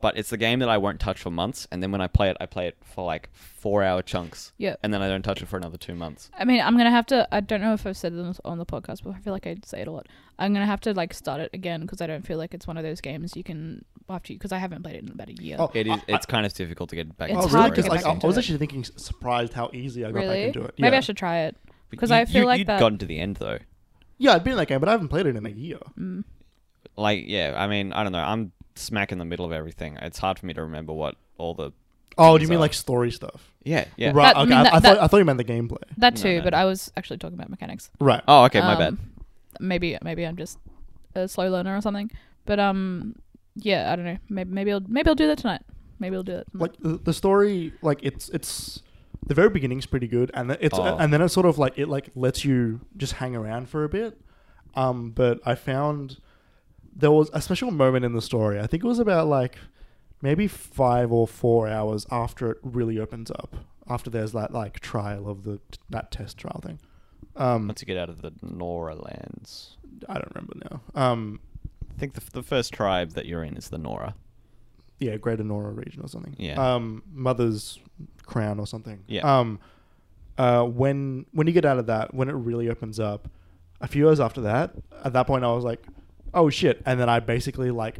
but it's the game that I won't touch for months, and then when I play it, I play it for like four hour chunks. Yeah. and then I don't touch it for another two months. I mean, I'm gonna have to. I don't know if I've said this on the podcast, but I feel like I say it a lot. I'm gonna have to like start it again because I don't feel like it's one of those games you can after you because I haven't played it in about a year. Oh, It is. It's kind of difficult to get back. It's oh, into really? hard to the Because get story. like back I, I into was it. actually thinking, surprised how easy I got really? back into it. Maybe yeah. I should try it. But 'cause you- I feel you- like you'd that- gotten to the end though. Yeah, I'd been in that game, but I haven't played it in a year. Like yeah, I mean I don't know. I'm smack in the middle of everything. It's hard for me to remember what all the Oh, do you These mean are- like story stuff? yeah yeah. Right. That- I okay. mean, I, that- I, thought, that- I thought you meant the gameplay. That No, too, no, but no. I was actually talking about mechanics. Right. Oh okay, my bad. Um, Maybe maybe I'm just a slow learner or something. But um, yeah, I don't know. Maybe maybe I'll maybe I'll do that tonight. Maybe I'll do it. Like the, the story, like it's it's the very beginning's pretty good, and then it's Oh. and then it sort of like it like lets you just hang around for a bit. Um, but I found there was a special moment in the story. I think it was about like maybe five or four hours after it really opens up. After there's that like trial of the that test trial thing. Um, Once you get out of the Nora lands. I don't remember now. Um, I think the, the first tribe that you're in is the Nora. yeah, Greater Nora region or something. Yeah. Um, Mother's Crown or something. Yeah. Um, uh, when when you get out of that, when it really opens up, a few hours after that, at that point I was like, oh shit, and then I basically like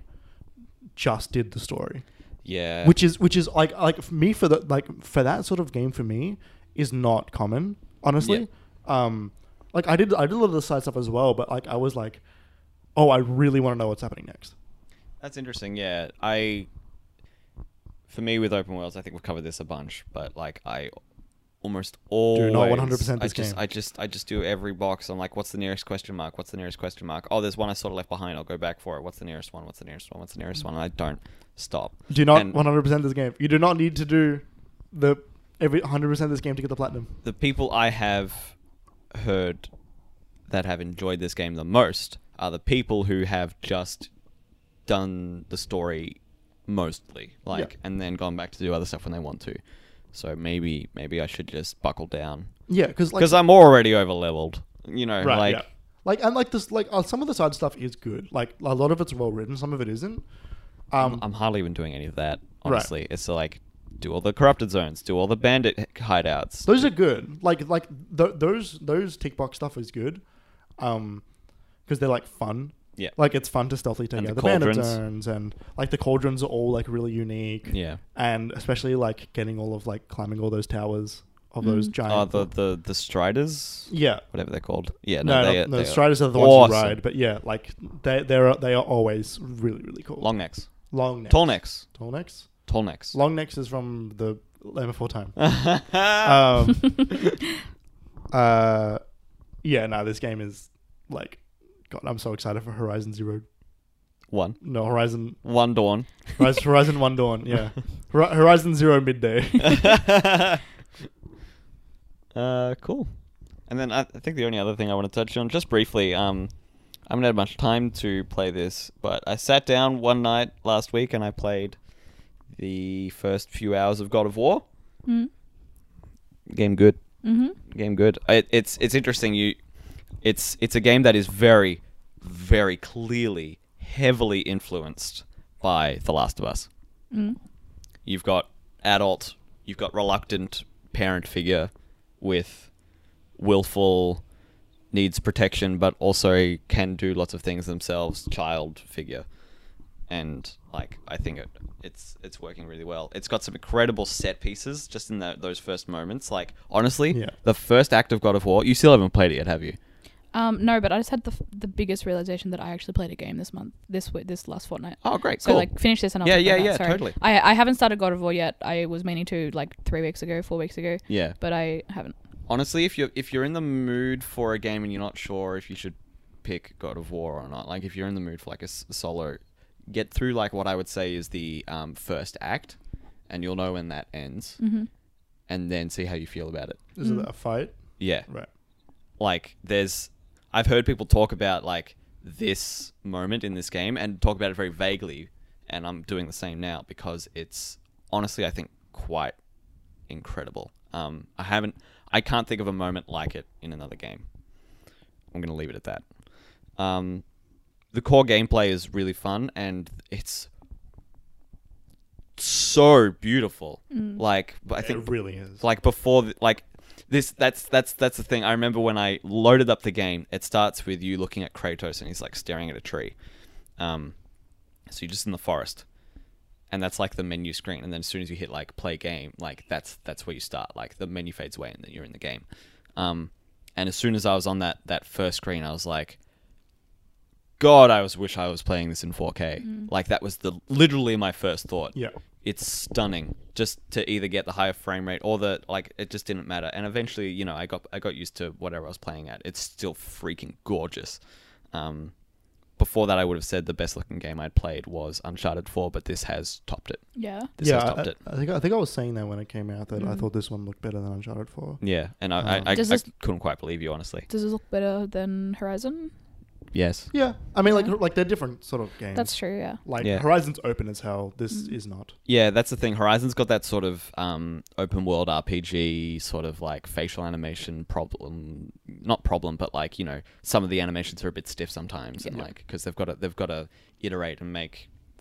just did the story, Yeah. which is which is like like for me for the like for that sort of game for me is not common honestly. Um, like I did I did a lot of the side stuff as well, but like I was like, oh, I really want to know what's happening next. that's interesting. Yeah, I. For me, with open worlds, I think we've covered this a bunch, but like I, almost always 100% I this just game. I just I just do every box. I'm like, what's the nearest question mark? What's the nearest question mark? Oh, there's one I sort of left behind. I'll go back for it. What's the nearest one? What's the nearest one? What's the nearest one? And I don't stop. Do not And- one hundred percent this game. You do not need to do the every one hundred percent this game to get the platinum. the people I have heard that have enjoyed this game the most are the people who have just done the story mostly, like, and then gone back to do other stuff when they want to. So maybe maybe I should just buckle down Yeah, because like because I'm already over leveled. You know, right, like yeah. like and like this like uh, some of the side stuff is good. Like a lot of it's well written, some of it isn't. Um, I'm hardly even doing any of that. Right. Honestly, it's like do all the corrupted zones, do all the bandit hideouts. those are good. Like like th- those those tick box stuff is good, um, because they're like fun. Yeah. like it's fun to stealthily take And the out the bandit cauldrons. zones, and like the cauldrons are all like really unique. yeah. and especially like getting all of like climbing all those towers of those Mm. giant. Oh, the the the striders, yeah. whatever they're called. Yeah, no, No, no, they, no, they the Striders are the ones awesome. you ride, but yeah, like they they're they are always really really cool. long necks, long necks. tall necks, Tall necks. tall necks. Long necks is from the Land (laughs) Before Time. um, uh, yeah, no, this game is like, God, I'm so excited for Horizon Zero. one, No, Horizon one dawn. (laughs) Horizon, Horizon One Dawn. Yeah, Hor- Horizon Zero Midday. uh, cool. And then I, I think the only other thing I want to touch on, just briefly, um, I haven't had much time to play this, but I sat down one night last week and I played the first few hours of God of War. Mm. Game good. Mm-hmm. game good. I, it's it's interesting. You, it's it's a game that is very, very clearly heavily influenced by The Last of Us. Mm. You've got adult, you've got reluctant parent figure with willful needs protection, but also can do lots of things themselves. Child figure, and like I think it, it's it's working really well. It's got some incredible set pieces just in tho- those first moments. Like honestly, Yeah. the first act of God of War. You still haven't played it yet, have you? Um, no, but I just had the f- the biggest realization that I actually played a game this month, this w- this last fortnight. Oh, great, So cool. like, finish this and I'll Yeah, talk about yeah, that, yeah, sorry. totally. I I haven't started God of War yet. I was meaning to like three weeks ago, four weeks ago, Yeah. but I haven't. honestly, if you're if you're in the mood for a game and you're not sure if you should pick God of War or not, like if you're in the mood for like a s- solo, get through like what I would say is the um, first act, and you'll know when that ends, Mm-hmm. and then see how you feel about it. is it a fight? Yeah, Right. like there's I've heard people talk about like this moment in this game and talk about it very vaguely, and I'm doing the same now because it's honestly I think quite incredible. Um, I haven't I can't think of a moment like it in another game. I'm gonna leave it at that. Um, the core gameplay is really fun and it's so beautiful. Like I think it really is. like before th- like this that's that's that's the thing i remember when i loaded up the game it starts with you looking at kratos and he's like staring at a tree um so you're just in the forest and that's like the menu screen and then as soon as you hit like play game like that's that's where you start like the menu fades away and then you're in the game um and as soon as i was on that that first screen i was like god i was wish i was playing this in 4k like that was the literally my first thought yeah. it's stunning just to either get the higher frame rate or the like it just didn't matter and eventually you know i got i got used to whatever i was playing at it's still freaking gorgeous um before that i would have said the best looking game i'd played was uncharted 4 but this has topped it Yeah. this has yeah, I, topped it Mm-hmm. I think I think I was saying that when it came out that I Mhm. thought this one looked better than Uncharted Four. yeah and Uh-huh. i i, I, Does I this- couldn't quite believe you honestly Does this look better than Horizon? yes Yeah, I mean, like Yeah. like they're different sort of games. That's true. Yeah. like Yeah. Horizon's open as hell. This Mm. is not. yeah that's the thing horizon's got that sort of um open world rpg sort of like facial animation problem not problem but like you know some of the animations are a bit stiff sometimes and Yeah. like because they've got to they've got to iterate and make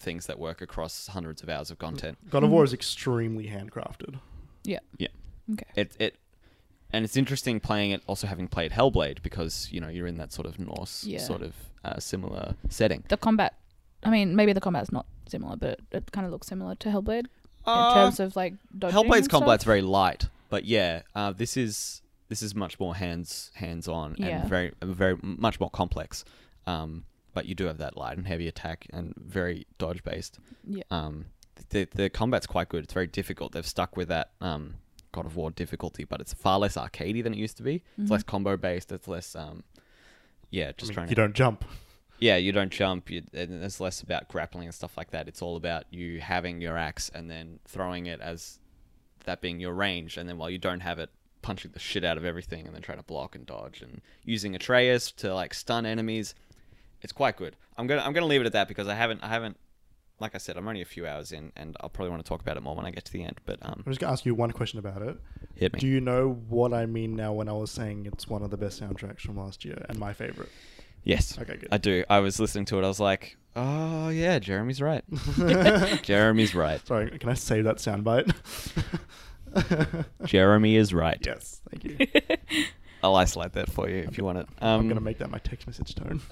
things that work across hundreds of hours of content God of War Mm. is extremely handcrafted. Mm. it it and it's interesting playing it also having played hellblade because you know you're in that sort of norse Yeah. sort of uh, similar setting The combat. I mean, maybe the combat's not similar, but it kind of looks similar to Hellblade in Uh, terms of like dodging. Hellblade's and stuff. (laughs) combat's very light, but yeah, uh, this is this is much more hands hands on Yeah. and very very much more complex. Um, but you do have that light and heavy attack and very dodge based. Yeah. Um, the the combat's quite good. It's very difficult. They've stuck with that um, God of War difficulty, but it's far less arcadey than it used to be. Mm-hmm. It's less combo based. It's less um, yeah, just I mean, trying you to don't jump. yeah, you don't jump. You, and it's less about grappling and stuff like that. It's all about you having your axe and then throwing it as that being your range. And then while you don't have it, punching the shit out of everything and then trying to block and dodge and using Atreus to like stun enemies. It's quite good. I'm gonna I'm gonna leave it at that because I haven't I haven't like I said I'm only a few hours in and I'll probably want to talk about it more when I get to the end. But um, I'm just gonna ask you one question about it. hit me. Do you know what I mean now when I was saying it's one of the best soundtracks from last year and my favorite? yes, Okay, good. I do. I was listening to it. I was like, oh yeah, Jeremy's (laughs) right. (laughs) Jeremy's right. Sorry, can I save that (laughs) soundbite? Jeremy is right. yes, thank (laughs) you. I'll isolate that for you if you want it. Um, I'm gonna make that my text message tone. (laughs)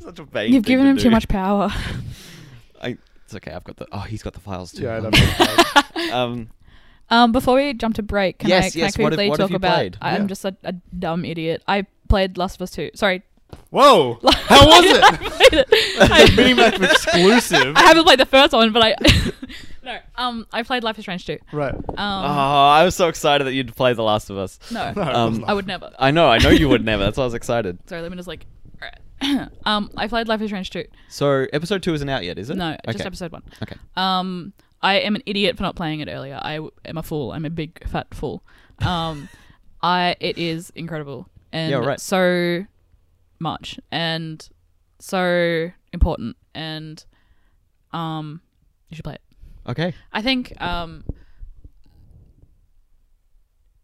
such a vague. You've thing given to him do. too (laughs) much power. I, it's okay. I've got the. Oh, he's got the files too. Yeah, Um, I (laughs) (laughs) know. um, Um, before we jump to break, can Yes, I, can yes, I what have- quickly what have talk you about? played? I'm Yeah. just a, a dumb idiot. I played Last of Us Two. Sorry, (laughs) Whoa! How was it? played (laughs) it. (laughs) Mini (laughs) I, Mac exclusive. I haven't played the first one, but I (laughs) no. Um, I played Life is Strange Two. Right. oh, Um, I was so excited that you'd play The Last of Us. (laughs) no, No, it Um, was not. I would never. I know. I know you would never. That's why I was excited. (laughs) Sorry, let me just like. (clears throat) alright. um, I played Life is Strange Two. So episode two isn't out yet, is it? No, Okay. just episode one. Okay. Um, I am an idiot for not playing it earlier. I w- am a fool. I'm a big fat fool. (laughs) Um, I it is incredible and Yeah, right. so much and so important and um, you should play it. Okay. I think um,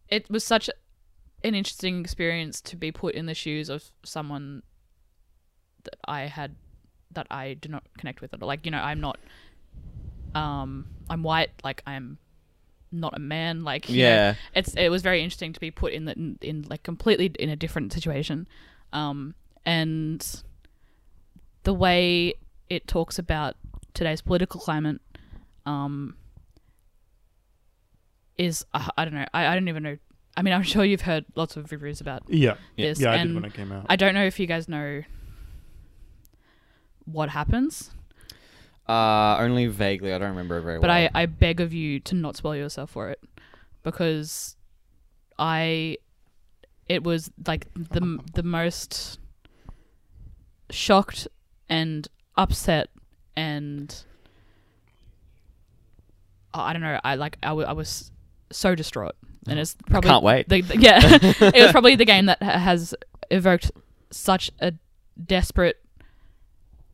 it was such an interesting experience to be put in the shoes of someone that I had that I do not connect with at all. Like you know, I'm not. Um, I'm white. Like I'm not a man. Like you know, Yeah. it's it was very interesting to be put in the, in, in like completely in a different situation, um, and the way it talks about today's political climate um, is I, I don't know. I, I don't even know. I mean, I'm sure you've heard lots of reviews about Yeah. this, Yeah, I did and when it came out. I don't know if you guys know what happens, Uh, only vaguely. I don't remember it very but well. I, I beg of you to not spoil yourself for it because I it was like the the most shocked and upset and oh, I I don't know I like I wa- I was so distraught and it's probably can't wait. the- the- yeah (laughs) (laughs) it was probably the game that ha- has evoked such a desperate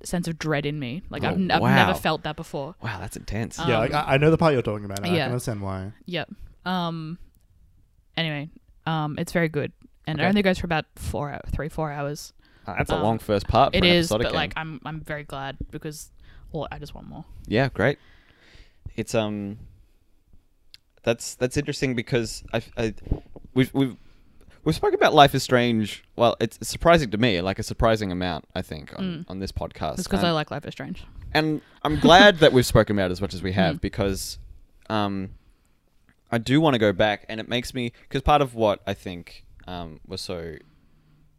sense of dread in me like I've, Oh, n- I've wow. never felt that before Wow, that's intense. Um, yeah, like, I, I know the part you're talking about. and I yeah. can understand why. Yep. Um. Anyway, um, it's very good, and it Okay. only goes for about four, hou- three, four hours. Uh, that's a um, long first part. For it an is, but episodic game. like, I'm, I'm very glad because, well, I just want more. Yeah, great. It's um, that's that's interesting because I, I we've we've we've spoken about Life is Strange. Well, it's it's surprising to me, like a surprising amount, I think, on, on this podcast. Um, It's because and, I like Life is Strange. and I'm glad that we've spoken about it as much as we have because, um, I do want to go back, and it makes me because part of what I think um was so.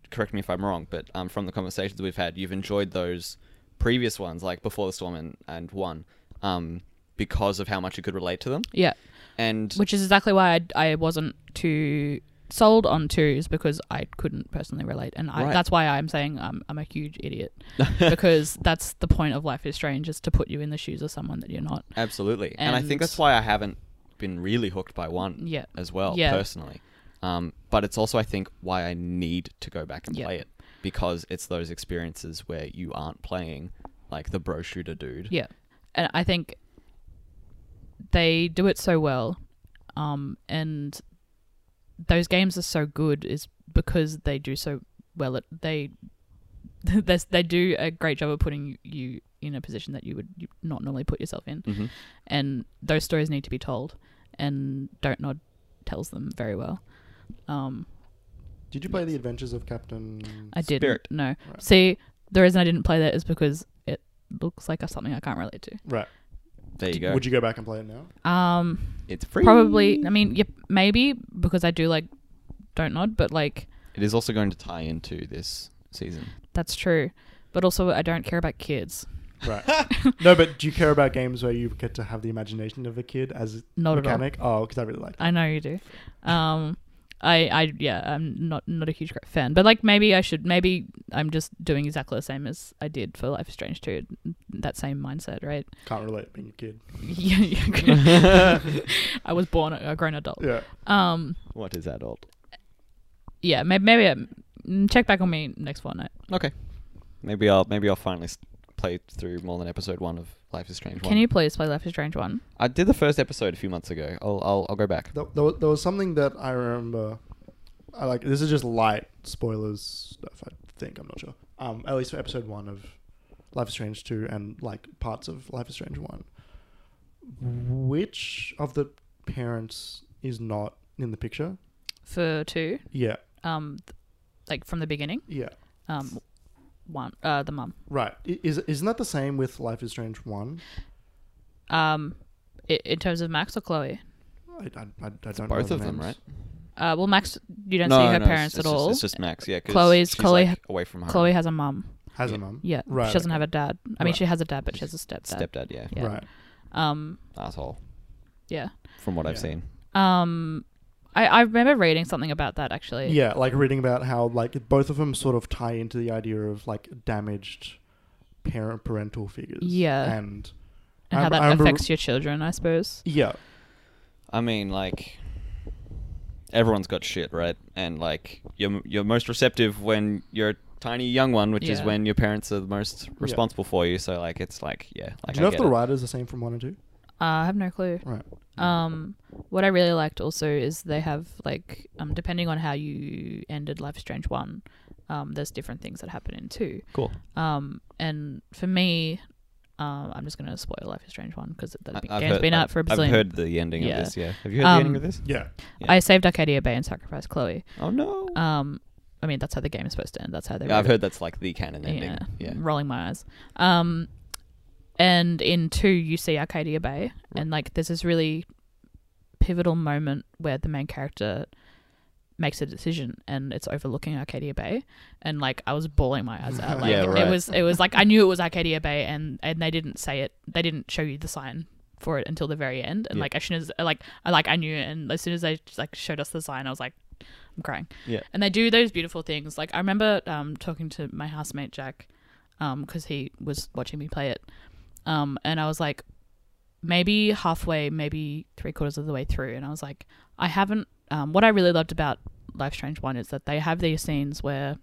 Correct me if I'm wrong, but um, from the conversations we've had, you've enjoyed those previous ones, like Before the Storm and, and One, um, because of how much you could relate to them. Yeah, And which is exactly why I, I wasn't too sold on twos because I couldn't personally relate, and I, Right. that's why I'm saying I'm, I'm a huge (laughs) idiot because that's the point of Life is Strange is to put you in the shoes of someone that you're not. absolutely, and, I think and- that's why I haven't been really hooked by One Yeah. as well, Yeah. personally. Um, but it's also, I think, why I need to go back and Yeah. play it because it's those experiences where you aren't playing like the bro shooter dude. Yeah. And I think they do it so well. Um, and those games are so good is because they do so well at they (laughs) they they do a great job of putting you in a position that you would not normally put yourself in. Mhm. And those stories need to be told and Don't Nod tells them very well. Um, Did you play The Adventures of Captain? I didn't Spirit. no. Right. See, the reason I didn't play that is because it looks like something I can't relate to. Right. There you go. Would you go back and play it now? Um, it's free. Probably. I mean, yep, maybe because I do like don't nod, but like It is also going to tie into this season. that's true. But also, I don't care about kids. Right. (laughs) no, but do you care about games where you get to have the imagination of a kid as a Not at all. mechanic? Oh, because I really like. That. I know you do. Um, I, I, yeah, I'm not not a huge fan, but like maybe I should. Maybe I'm just doing exactly the same as I did for Life is Strange Two. that same mindset, right? (laughs) Can't relate being a kid. Yeah, yeah. I was born a a grown adult. Yeah. Um, What is adult? yeah, maybe, maybe um, check back on me next fortnight. Okay. Maybe I'll maybe I'll finally s- play through more than episode one of Life is Strange. Can one. you please play Life is Strange one? I did the first episode a few months ago. I'll I'll, I'll go back. There, there, was, there was something that I remember. I like this is just light spoilers stuff. I think I'm not sure. Um, at least for episode one of Life is Strange two and like parts of Life is Strange one. Which of the parents is not in the picture? For two, Yeah, um, th- like from the beginning, yeah, um, one, uh, the mum. right. I- Is isn't that the same with Life is Strange one? Um, i in terms of Max or Chloe? I, I, I, I don't know Both the of them, names. right? Uh, well, Max, you don't see her no, parents it's, it's at all. Just, it's just Max. Yeah, 'cause Chloe's- she's, Chloe- like, away from home. Chloe has a mum. Has Yeah. a mum. Yeah, Right, she doesn't okay. have a dad. I mean, Right. she has a dad, but she has a stepdad. stepdad. Yeah, Yeah. Right. Um, asshole. yeah. From what I've Yeah. seen. Um, I, I remember reading something about that actually. Yeah, like reading about how like both of them sort of tie into the idea of like damaged parent parental figures. Yeah. and and how I rem- that I remember- affects your children, I suppose. yeah, I mean, like everyone's got shit, right? And like you're you're most receptive when you're a tiny young one, which is Yeah. when your parents are the most responsible for you. So like it's like yeah. Like, do you I know if get the it. writer's the same from one and two? Uh, I have no clue. Right. Um, what I really liked also is they have like um, depending on how you ended Life is Strange one, um, there's different things that happen in two. Cool. Um, and for me, um, I'm just gonna spoil Life is Strange one because that I- I've game's heard- been I- out for a bazillion. I've heard the ending Yeah. of this. Yeah. Have you heard the ending Um, of this? Yeah, yeah. I saved Arcadia Bay and sacrificed Chloe. Oh no. Um, I mean that's how the game is supposed to end. That's how they. Yeah, I've wrote heard that's like the canon it. ending. Yeah. rolling my eyes. Um, and in two, you see Arcadia Bay, and like there's this really pivotal moment where the main character makes a decision, and it's overlooking Arcadia Bay, and like I was bawling my (laughs) eyes out. Like Yeah, right. it was, it was like I knew it was Arcadia Bay, and and they didn't say it, they didn't show you the sign for it until the very end, and Yeah. like as soon as like I like I knew, and as soon as they like showed us the sign, I was like. I'm crying. Yeah. And they do those beautiful things. Like I remember um, talking to my housemate Jack, because he was watching me play it, um, and I was like, maybe halfway, maybe three quarters of the way through, and I was like, I haven't. Um, what I really loved about Life Strange One is that they have these scenes where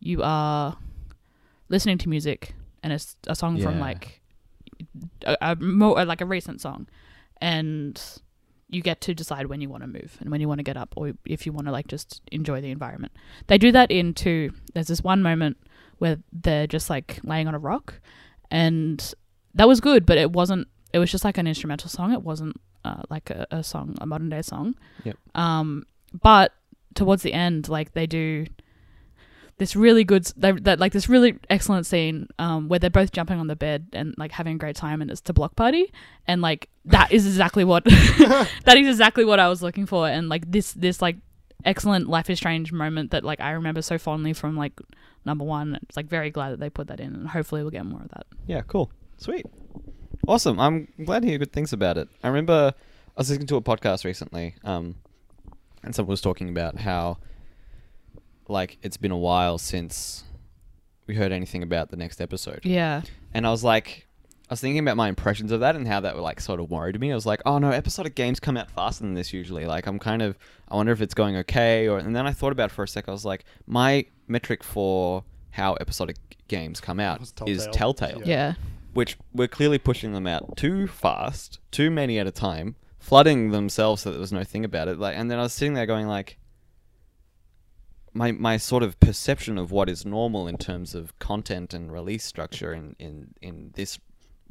you are listening to music and it's a song from Yeah. like a, a more like a recent song, and you get to decide when you want to move and when you want to get up or if you want to like just enjoy the environment. They do that in two. There's this one moment where they're just like laying on a rock and that was good, but it wasn't it was just like an instrumental song. It wasn't uh, like a, a song, a modern day song. Yep. Um but towards the end like they do this really good they, that like this really excellent scene um where they're both jumping on the bed and like having a great time and it's to block party and like that is exactly what (laughs) that is exactly what I was looking for. And like this, this like excellent Life is Strange moment that like I remember so fondly from like number one. It's like very glad that they put that in, and hopefully we'll get more of that. Yeah, cool. Sweet. Awesome. I'm glad to hear good things about it. I remember I was listening to a podcast recently, um, and someone was talking about how, like, it's been a while since we heard anything about the next episode. Yeah, And I was like, I was thinking about my impressions of that and how that like sort of worried me. I was like, oh no, episodic games come out faster than this usually. Like, I'm kind of, I wonder if it's going okay. Or and then I thought about it for a sec. I was like, my metric for how episodic games come out Was is Telltale. Telltale Yeah. yeah, which we're clearly pushing them out too fast, too many at a time, flooding themselves so that there was no thing about it. Like, and then I was sitting there going like, my my sort of perception of what is normal in terms of content and release structure in in in this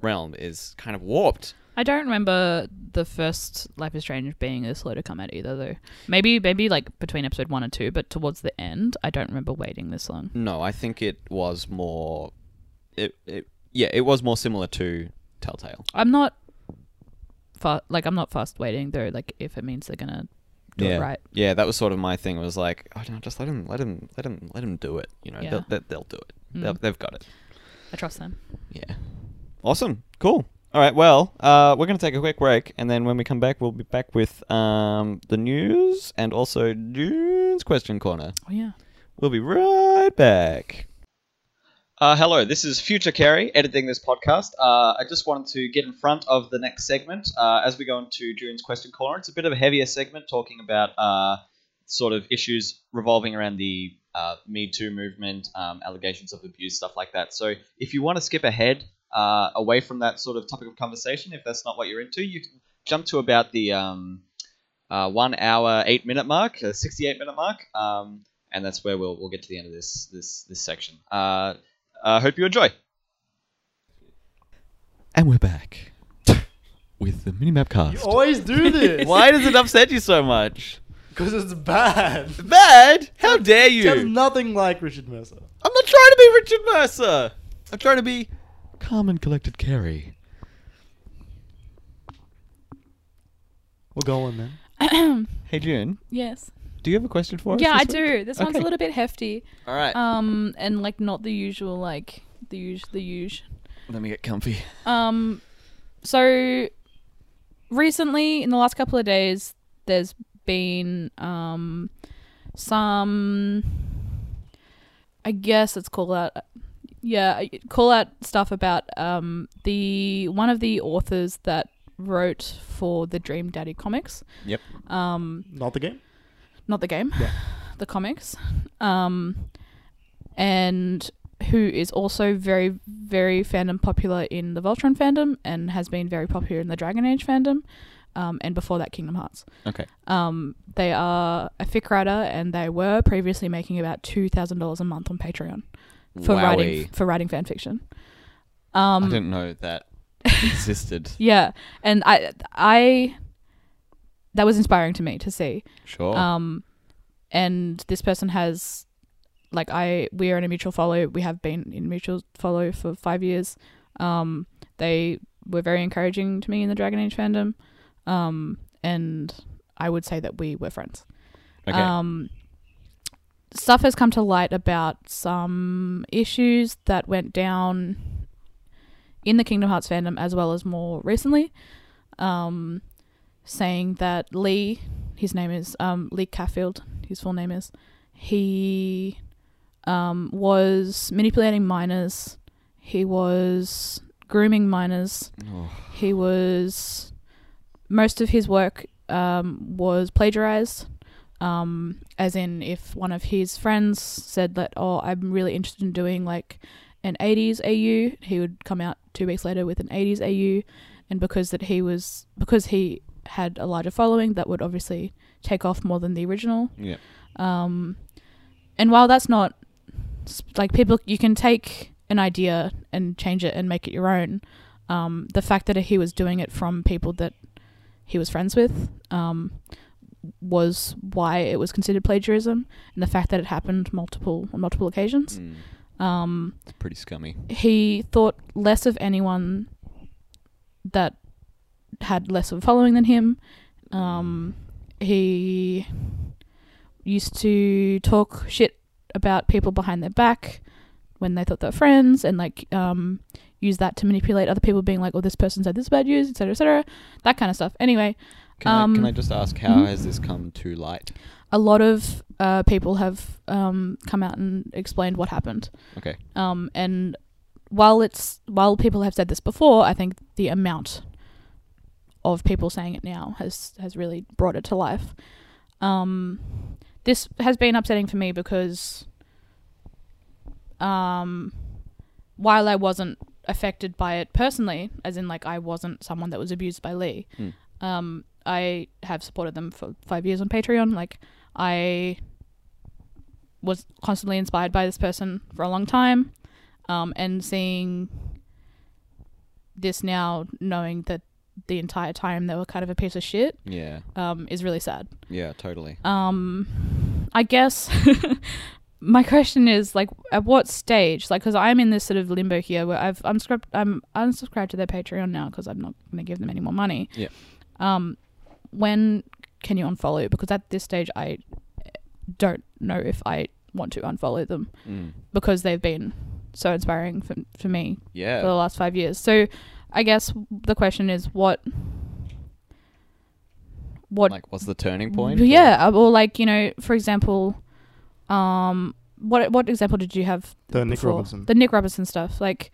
realm is kind of warped. I don't remember the first Life is Strange being as slow to come out either, though. Maybe, maybe like between episode one and two, but towards the end, I don't remember waiting this long. No, I think it was more, it it yeah, it was more similar to Telltale. I'm not. Fa- like I'm not fast waiting though. Like if it means they're gonna do yeah. it right, Yeah, that was sort of my thing. Was like, oh no, just let him, let him, let him, let him do it. You know, Yeah. they'll, they'll, they'll do it. They'll, Mm. they've got it. I trust them. Yeah. Awesome. Cool. All right. Well, uh, we're going to take a quick break, and then when we come back, we'll be back with um, the news and also June's question corner. Oh yeah. We'll be right back. Uh, hello, this is Future Carey editing this podcast. Uh, I just wanted to get in front of the next segment uh, as we go into June's question corner. It's a bit of a heavier segment talking about uh, sort of issues revolving around the uh, Me Too movement, um, allegations of abuse, stuff like that. So if you want to skip ahead uh, away from that sort of topic of conversation, if that's not what you're into, you can jump to about the um, uh, one hour, eight minute mark, uh, 68 minute mark. Um, and that's where we'll, we'll get to the end of this this this section. Uh, uh, hope you enjoy. And we're back (laughs) with the minimap You cast. (laughs) always do this. Why does it upset you so much? Because it's bad. Bad? How dare you? Sounds I'm nothing like Richard Mercer. not trying to be Richard Mercer. I'm trying to be calm and collected Carrie. We'll go on then. Hey June, yes. do you have a question for us? Yeah, I this week? do. This one's a Okay. little bit hefty. All right. Um, and like not the usual, like the usual, the usual. Let me get comfy. Um, so recently, in the last couple of days, there's been um some, I guess it's call out, yeah, call out stuff about um the one of the authors that wrote for the Dream Daddy comics, Yep. um, Not the game. not the game, Yeah. (laughs) the comics, um, and who is also very, very fandom popular in the Voltron fandom and has been very popular in the Dragon Age fandom, um, and before that, Kingdom Hearts. Okay. Um, they are a fic writer, and they were previously making about two thousand dollars a month on Patreon for writing Wowee. for writing fan fiction. Um, I didn't know (laughs) that existed. yeah, and I, I, that was inspiring to me to see. Sure. Um, and this person has, like, I we are in a mutual follow. We have been in mutual follow for five years. Um, they were very encouraging to me in the Dragon Age fandom. Um, and I would say that we were friends. okay. Um, stuff has come to light about some issues that went down in the Kingdom Hearts fandom as well as more recently. Um, saying that Lee, his name is um, Lee Cafield, his full name is, he um, was manipulating minors, he was grooming minors, Oh, he was most of his work um, was plagiarized um, as in if one of his friends said that oh i'm really interested in doing like an 80s au he would come out two weeks later with an 80s au and because that he was because he had a larger following that would obviously take off more than the original yeah. um, and while that's not s- like people, you can take an idea and change it and make it your own. Um, the fact that he was doing it from people that he was friends with um, was why it was considered plagiarism, and the fact that it happened multiple on multiple occasions. Mm, Um, it's pretty scummy. he thought less of anyone that had less of a following than him. Um, he used to talk shit about people behind their back when they thought they were friends and like um, use that to manipulate other people being like, oh, this person said this about you, etc., etc., that kind of stuff. Anyway, Can, I, can um, I just ask how has this come to light? a lot of uh, people have um, come out and explained what happened. Okay. Um, and while it's while people have said this before, I think the amount of people saying it now has has really brought it to life. Um, this has been upsetting for me because, um, while I wasn't affected by it personally, as in like I wasn't someone that was abused by Lee, Hmm. um, I have supported them for five years on Patreon. Like I was constantly inspired by this person for a long time, um, and seeing this now, knowing that the entire time they were kind of a piece of shit, Yeah. um, is really sad. Yeah. Totally. Um, I guess (laughs) my question is like, at what stage? Like, because I'm in this sort of limbo here where I've I'm script, I'm unsubscribed to their Patreon now because I'm not going to give them any more money. Yeah. Um, when can you unfollow? Because at this stage, I don't know if I want to unfollow them Mm. because they've been so inspiring for, for me for the Yeah. last five years. So, I guess the question is what what Like, what's the turning point? uh, yeah, or like you know, for example, um, what what example did you have The Nick before? Robinson. The Nick Robinson stuff. Like,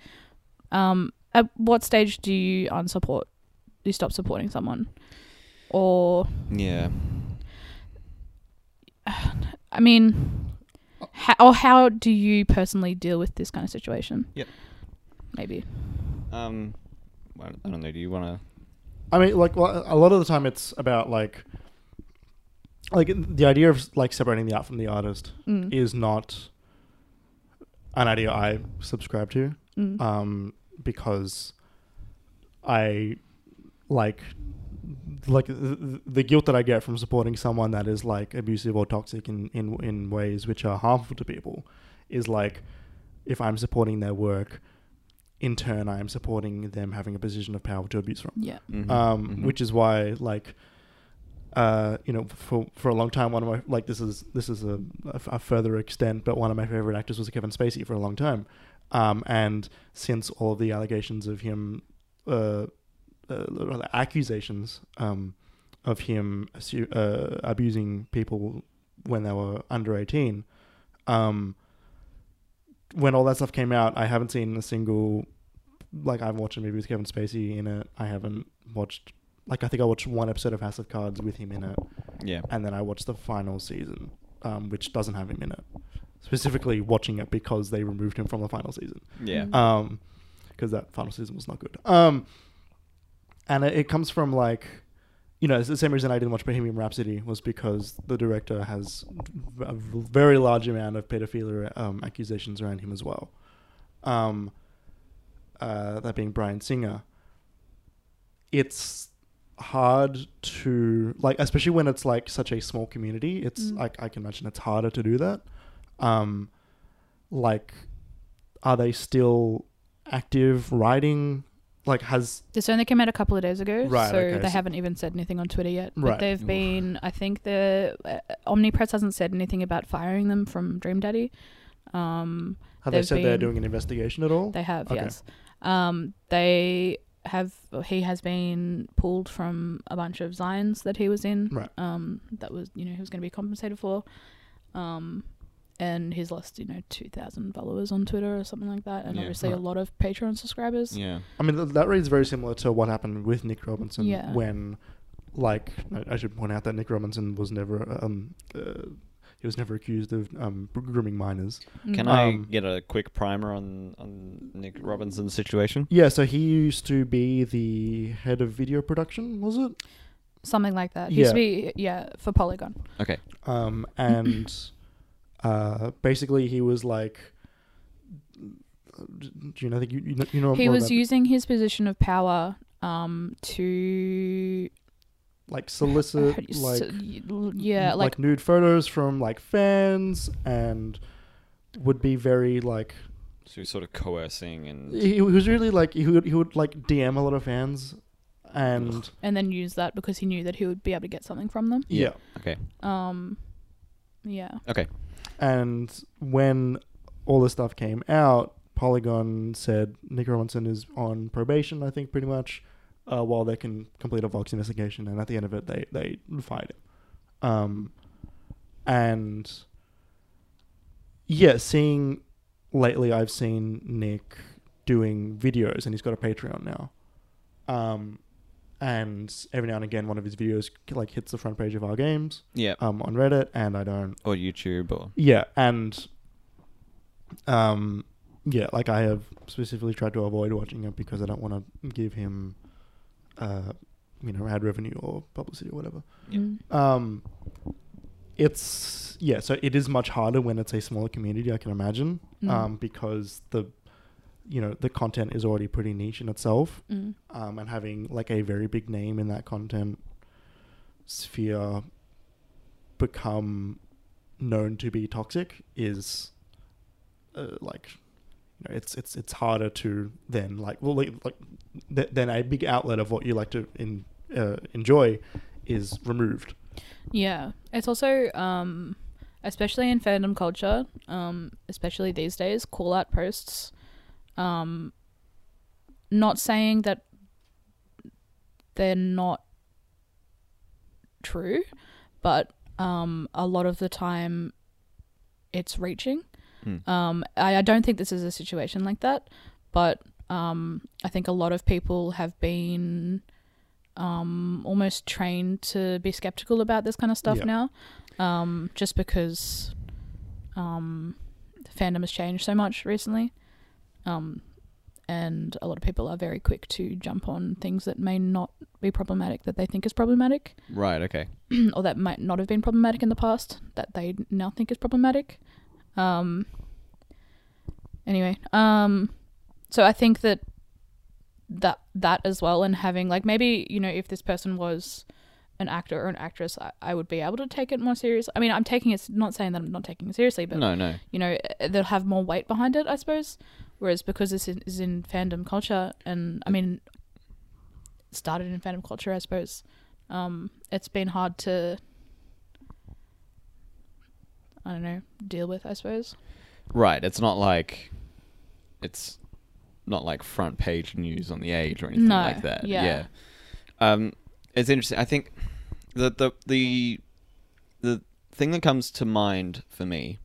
um, at what stage do you unsupport? Do you stop supporting someone? Or, Yeah. I mean, Uh, how, or how do you personally deal with this kind of situation? Yep. Maybe. Um, I don't- I don't know. Do you want to? I mean, like, well, a lot of the time it's about like, like the idea of like separating the art from the artist Mm. is not an idea I subscribe to, Mm. um, because I like like the, the guilt that I get from supporting someone that is like abusive or toxic in in in ways which are harmful to people is like if I'm supporting their work, in turn I am supporting them having a position of power to abuse from Yeah. Mm-hmm. um, which is why like uh, you know for for a long time one of my like this is this is a, a, a further extent but one of my favorite actors was Kevin Spacey for a long time um, and since all of the allegations of him uh, uh, rather accusations um, of him assu- uh, abusing people when they were under 18 um, when all that stuff came out I haven't seen a single like I've watched a movie with Kevin Spacey in it. I haven't watched like I think I watched one episode of House of Cards with him in it, yeah. and then I watched the final season, um, which doesn't have him in it. Specifically, watching it because they removed him from the final season, Yeah. um, because that final season was not good. Um, and it, it comes from like, you know, it's the same reason I didn't watch Bohemian Rhapsody was because the director has a very large amount of pedophilia um, accusations around him as well. Um, uh, that being Brian Singer, it's hard to like, especially when it's like such a small community. It's Mm. like I can imagine it's harder to do that. Um, like, are they still active writing? Like, has This only came out a couple of days ago, Right, so okay, they so- haven't even said anything on Twitter yet. Right. But they've Oof. been, I think the uh, Omnipress hasn't said anything about firing them from Dream Daddy. Um, have they They've said they're been- doing an investigation at all? They have, Okay. yes. Um, they have. He has been pulled from a bunch of Zions that he was in. Right. Um, that was you know he was going to be compensated for. Um, and he's lost you know two thousand followers on Twitter or something like that, and Yeah. obviously a Right. lot of Patreon subscribers. Yeah. I mean, th- that reads very similar to what happened with Nick Robinson Yeah. when, like, I, I should point out that Nick Robinson was never, um, uh, he was never accused of um, grooming minors. Can Mm. I Um, get a quick primer on on Nick Robinson's situation? Yeah, so he used to be the head of video production, was it? Something like that. He used to be yeah for Polygon. Okay. (clears throat) um, and uh, basically he was like, do you know? I think you you know, you know He more was about- using his position of power um to like uh, (laughs) solicit s- like y- yeah n- like nude photos from like fans and would be very like So he's sort of coercing and he, he was really like he would, he would like DM a lot of fans and and then use that because he knew that he would be able to get something from them. yeah. okay. Um, yeah. Okay. And when all this stuff came out, Polygon said Nick Robinson is on probation, I think, pretty much, uh, while they can complete a Vox investigation. And at the end of it, they, they fired him. Um, and yeah, seeing lately, I've seen Nick doing videos and he's got a Patreon now. Um, and every now and again, one of his videos like hits the front page of our games Yeah. um, on Reddit, and I don't Or YouTube or yeah, and um, yeah, like I have specifically tried to avoid watching it because I don't want to give him, uh, you know, ad revenue or publicity or whatever. Yep. Mm. Um, it's yeah, so it is much harder when it's a smaller community. I can imagine, Mm. um, because the, you know, the content is already pretty niche in itself, Mm. um, and having like a very big name in that content sphere become known to be toxic is uh, like you know it's it's it's harder to then like well like, like th- then a big outlet of what you like to in, uh, enjoy is removed Yeah. It's also, um, especially in fandom culture, um, especially these days, call out posts. Um, not saying that they're not true, but um, a lot of the time it's reaching. Um, I, I don't think this is a situation like that, but um, I think a lot of people have been um, almost trained to be skeptical about this kind of stuff Yeah. now, um, just because um, fandom has changed so much recently. Um, and a lot of people are very quick to jump on things that may not be problematic that they think is problematic Right. Okay. (clears throat) or that might not have been problematic in the past that they now think is problematic. Um, anyway, um, so I think that that that as well, and having like maybe you know if this person was an actor or an actress, I, I would be able to take it more serious. I mean, I'm taking it not saying that I'm not taking it seriously, but No. No. you know eh, they'll have more weight behind it, I suppose. Whereas because this is- is in fandom culture, and I mean, started in fandom culture, I suppose. Um, it's been hard to, I don't know, deal with. I suppose. Right. It's not like it's not like front page news on the Age or anything No, like that. yeah. Yeah. Um, it's interesting. I think the the the the thing that comes to mind for me.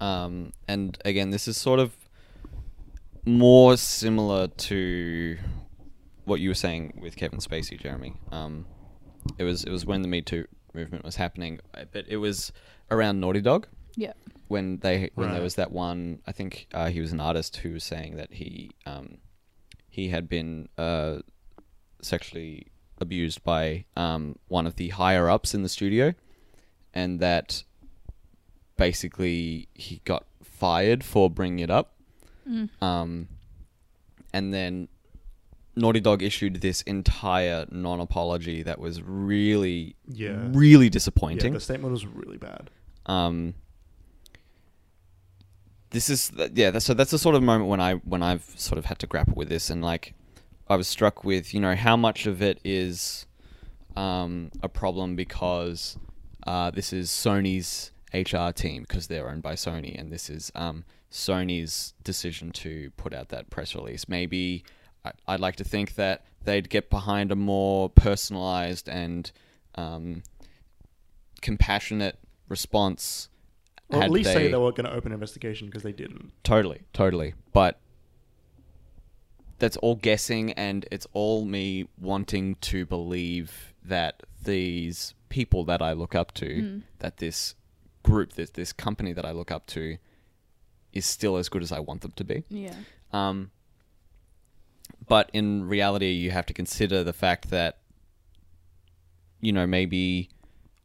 Um, and again, this is sort of more similar to what you were saying with Kevin Spacey, Jeremy. Um, it was it was when the Me Too movement was happening, but it was around Naughty Dog Yeah. when they when Right. there was that one I think uh, he was an artist who was saying that he um, he had been uh, sexually abused by um, one of the higher ups in the studio and that basically he got fired for bringing it up Mm, um, and then Naughty Dog issued this entire non apology that was really Yeah. really yeah, disappointing the statement was really bad. um this is th- yeah that's, so that's the sort of moment when i when i've sort of had to grapple with this and like i was struck with you know how much of it is um a problem because uh this is sony's hr team because they're owned by sony and this is um sony's decision to put out that press release maybe I- i'd like to think that they'd get behind a more personalized and um compassionate response. Or at had least they, say they were going to open investigation because they didn't. totally, totally. But that's all guessing, and it's all me wanting to believe that these people that I look up to, that this group, that this company that I look up to, is still as good as I want them to be. Yeah. Um, but in reality, you have to consider the fact that, you know, maybe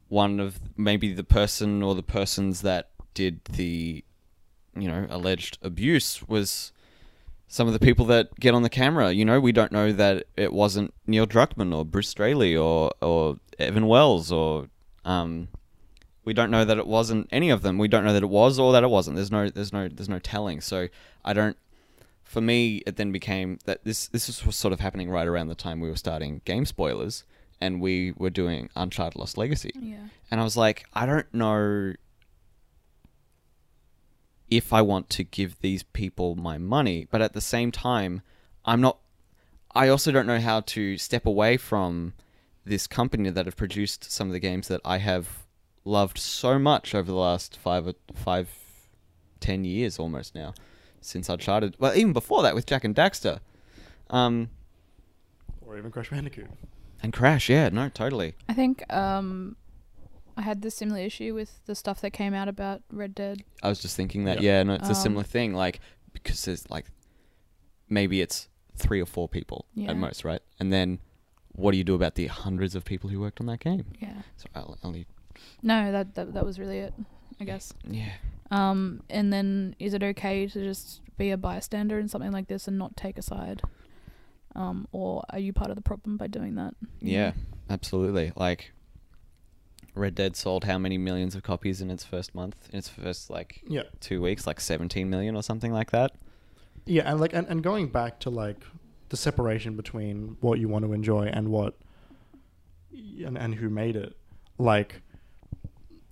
one of maybe the person or the persons that did the, you know, alleged abuse was some of the people that get on the camera. You know, we don't know that it wasn't Neil Druckmann or Bruce Straley or or Evan Wells or um, we don't know that it wasn't any of them. We don't know that it was or that it wasn't. There's no there's no there's no telling. So I don't for me, it then became that this this was sort of happening right around the time we were starting game spoilers, and we were doing Uncharted Lost Legacy, Yeah. and I was like, I don't know if I want to give these people my money, but at the same time, I'm not. I also don't know how to step away from this company that have produced some of the games that I have loved so much over the last five or five, ten years almost now, since Uncharted. Well, even before that with Jack and Daxter, um, Or even Crash Bandicoot. and Crash. Yeah, no, totally. I think um, I had this similar issue with the stuff that came out about Red Dead. I was just thinking that. Yeah. Yeah, no, it's a Um, similar thing. Like because there's like maybe it's three or four people Yeah. at most, right? And then what do you do about the hundreds of people who worked on that game? Yeah. So I'll, I'll leave- No, that that, that was really it, I guess. yeah, Um, and then is it okay to just be a bystander in something like this and not take a side? Um, or are you part of the problem by doing that? yeah, absolutely. Like Red Dead sold how many millions of copies in its first month? In its first like Yeah. two weeks, like seventeen million or something like that. Yeah, and like and, and going back to like the separation between what you want to enjoy and what and, and who made it. Like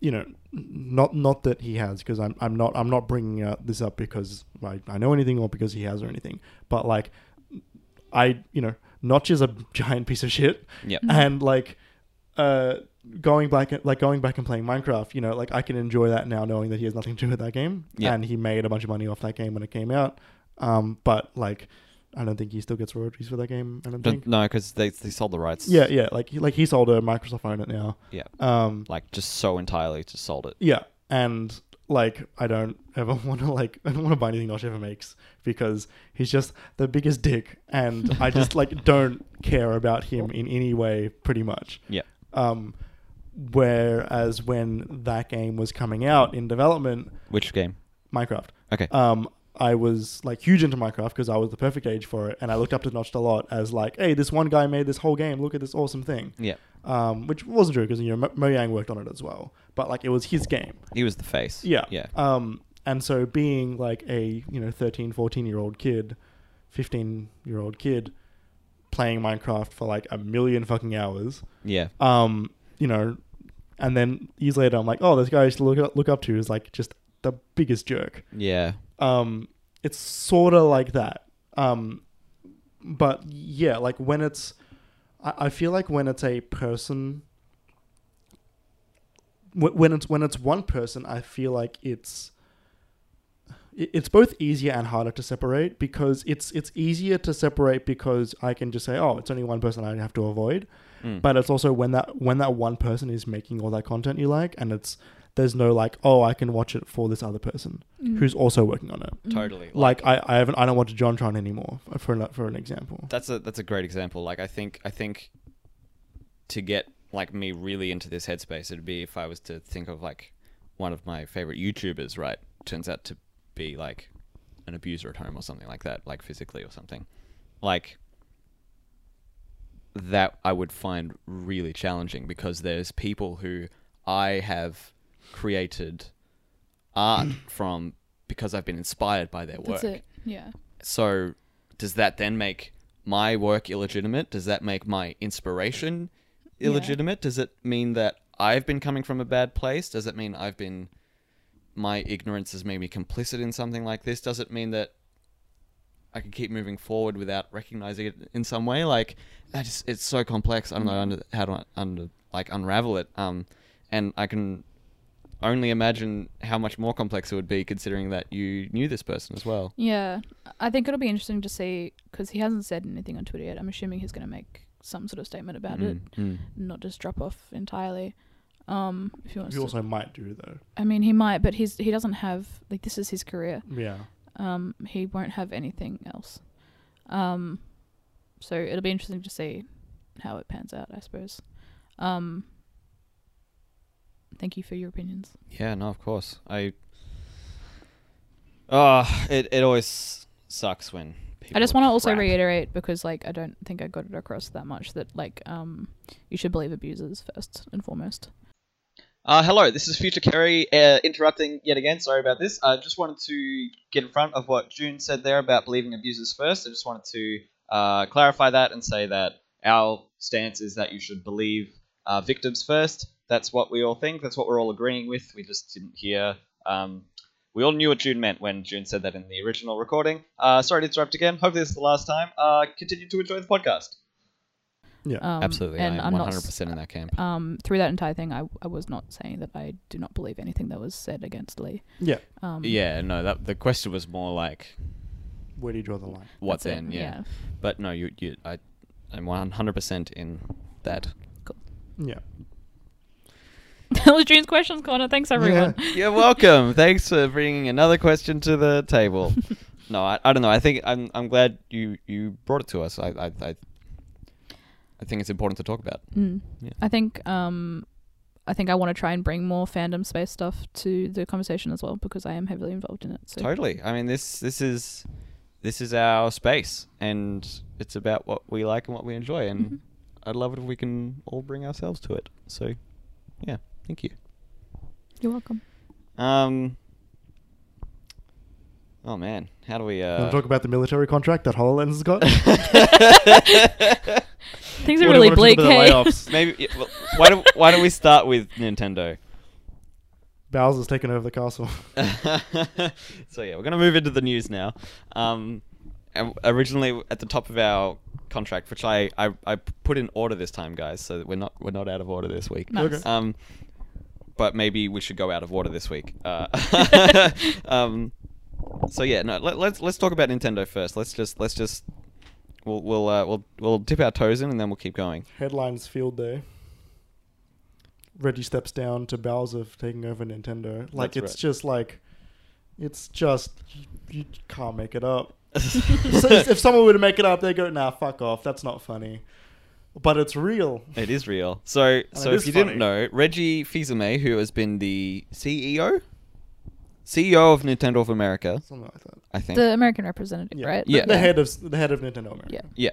you know, not not that he has because I'm I'm not I'm not bringing uh, this up because I, I know anything or because he has or anything. But like (laughs) Mm. Mm-hmm. I, you know, Notch is a giant piece of shit Yep. and like uh going back like going back and playing Minecraft, you know, like I can enjoy that now knowing that he has nothing to do with that game. Yeah. And he made a bunch of money off that game when it came out. Um, but like I don't think he still gets royalties for that game, I don't Don't, think. no, because they, they sold the rights. Yeah, yeah. Like he like he sold a Microsoft owned it now. Yeah. Um Like just so entirely just sold it. yeah. And like I don't ever (laughs) want to like I don't want to buy anything Nosh ever makes because he's just the biggest dick and I (laughs) just like don't care about him in any way pretty much. Yeah. Um, whereas when that game was coming out in development, Which game? Minecraft, Okay. um, I was like huge into Minecraft because I was the perfect age for it, and I looked up to Notched a lot as like, hey, this one guy made this whole game. Look at this awesome thing. yeah. Um, which wasn't true because you know Mo- Mojang worked on it as well, but like it was his game. He was the face. Yeah. Yeah. Um, and so being like a, you know, 13, 14 year old kid, 15 year old kid playing Minecraft for like a million fucking hours, yeah. um, you know, and then years later, I'm like, oh, this guy I used to look up, look up to is like just the biggest jerk. Yeah. Um, it's sort of like that. Um, but yeah, like when it's, I, I feel like when it's a person, wh- when it's when it's one person, I feel like it's it- it's both easier and harder to separate because it's it's easier to separate because I can just say oh it's only one person I have to avoid Mm. but it's also when that when that one person is making all that content you like and it's there's no like oh i can watch it for this other person Mm-hmm. Mm. who's also working on it totally. like i i haven't i don't watch jontron anymore uh, for an, for an example that's a that's a great example. Like I think I think to get like me really into this headspace, it'd be if I was to think of like one of my favorite YouTubers. Right, turns out to be like an abuser at home or something like that, like physically or something. Like that I would find really challenging because there's people who I have created (clears throat) art from because I've been inspired by their work. That's it. Yeah. So, does that then make my work illegitimate? Does that make my inspiration illegitimate? Does it mean that I've been coming from a bad place? Does it mean I've been my ignorance has made me complicit in something like this? Does it mean that I can keep moving forward without recognizing it in some way? Like that is it's so complex. I don't know under, how to under like unravel it. Um, and I can only imagine how much more complex it would be considering that you knew this person as well. Yeah, I think it'll be interesting to see because he hasn't said anything on Twitter yet. I'm assuming he's going to make some sort of statement about it, Mm, mm. not just drop off entirely. Um, if he wants you to- also might do though I mean, he might, but he's he doesn't have like this is his career. yeah Um, he won't have anything else. Um, so it'll be interesting to see how it pans out, I suppose. Um, thank you for your opinions. Yeah, no, of course. I. Ah, it it always sucks when. People I just are want to also crap. reiterate because like I don't think I got it across that much that like um you should believe abusers first and foremost. Uh, hello, this is Future Kerry uh, interrupting yet again. Sorry about this. I just wanted to get in front of what June said there about believing abusers first. I just wanted to uh, clarify that and say that our stance is that you should believe uh, victims first. That's what we all think. That's what we're all agreeing with. We just didn't hear. Um, we all knew what June meant when June said that in the original recording. Uh, sorry to interrupt again. Hopefully, this is the last time. Uh, continue to enjoy the podcast. Um, Absolutely, and I am I'm one not hundred s- percent in that camp. um through that entire thing I, I was not saying that I do not believe anything that was said against Lee. yeah Um yeah, no, that the question was more like where do you draw the line what that's it, then? yeah. but no, you you I, I'm one hundred percent in that. yeah yeah. (laughs) that was June's questions corner. Thanks everyone. (laughs) You're welcome. Thanks for bringing another question to the (laughs) table. no, I, I don't know. I think I'm I'm glad you you brought it to us. I I I, I think it's important to talk about. Mm. Yeah. I think um I think I want to try and bring more fandom space stuff to the conversation as well because I am heavily involved in it. So Totally. I mean this this is this is our space and it's about what we like and what we enjoy and Mhm. I'd love it if we can all bring ourselves to it. So yeah, thank you. You're (laughs) welcome. Um Oh man, how do we want uh to talk about the military contract that hololens has got (laughs) Things are What do really you wanna bleak. talk about Hey? the (laughs) layoffs? maybe yeah, well, why do why don't we start with (laughs) Nintendo? bowser's taken over the castle so yeah, we're gonna move into the news now. Um, o- originally at the top of our contract, which I, I, I put in order this time, guys, so that we're not we're not out of order this week. Nice. Okay. Um, but maybe we should go out of order this week. Uh, (laughs) um, so yeah, no, let, let's let's talk about Nintendo first. Let's just let's just we'll we'll uh, we'll we'll dip our toes in and then we'll keep going. Headlines field day. Reggie steps down to Bowser for taking over Nintendo. Like it's That's right. just like, it's just you, you can't make it (laughs) up. (laughs) so if if someone were to make it up, they go, "Nah, fuck off. That's not funny." But it's real. It is real. So, so it if is you funny. didn't know, Reggie Fils-Aimé, who has been the E CEO, CEO E of Nintendo of America, Something like that. I think. The American representative, Yeah. right? The- Yeah. The head of the head of Nintendo America. Yeah. yeah,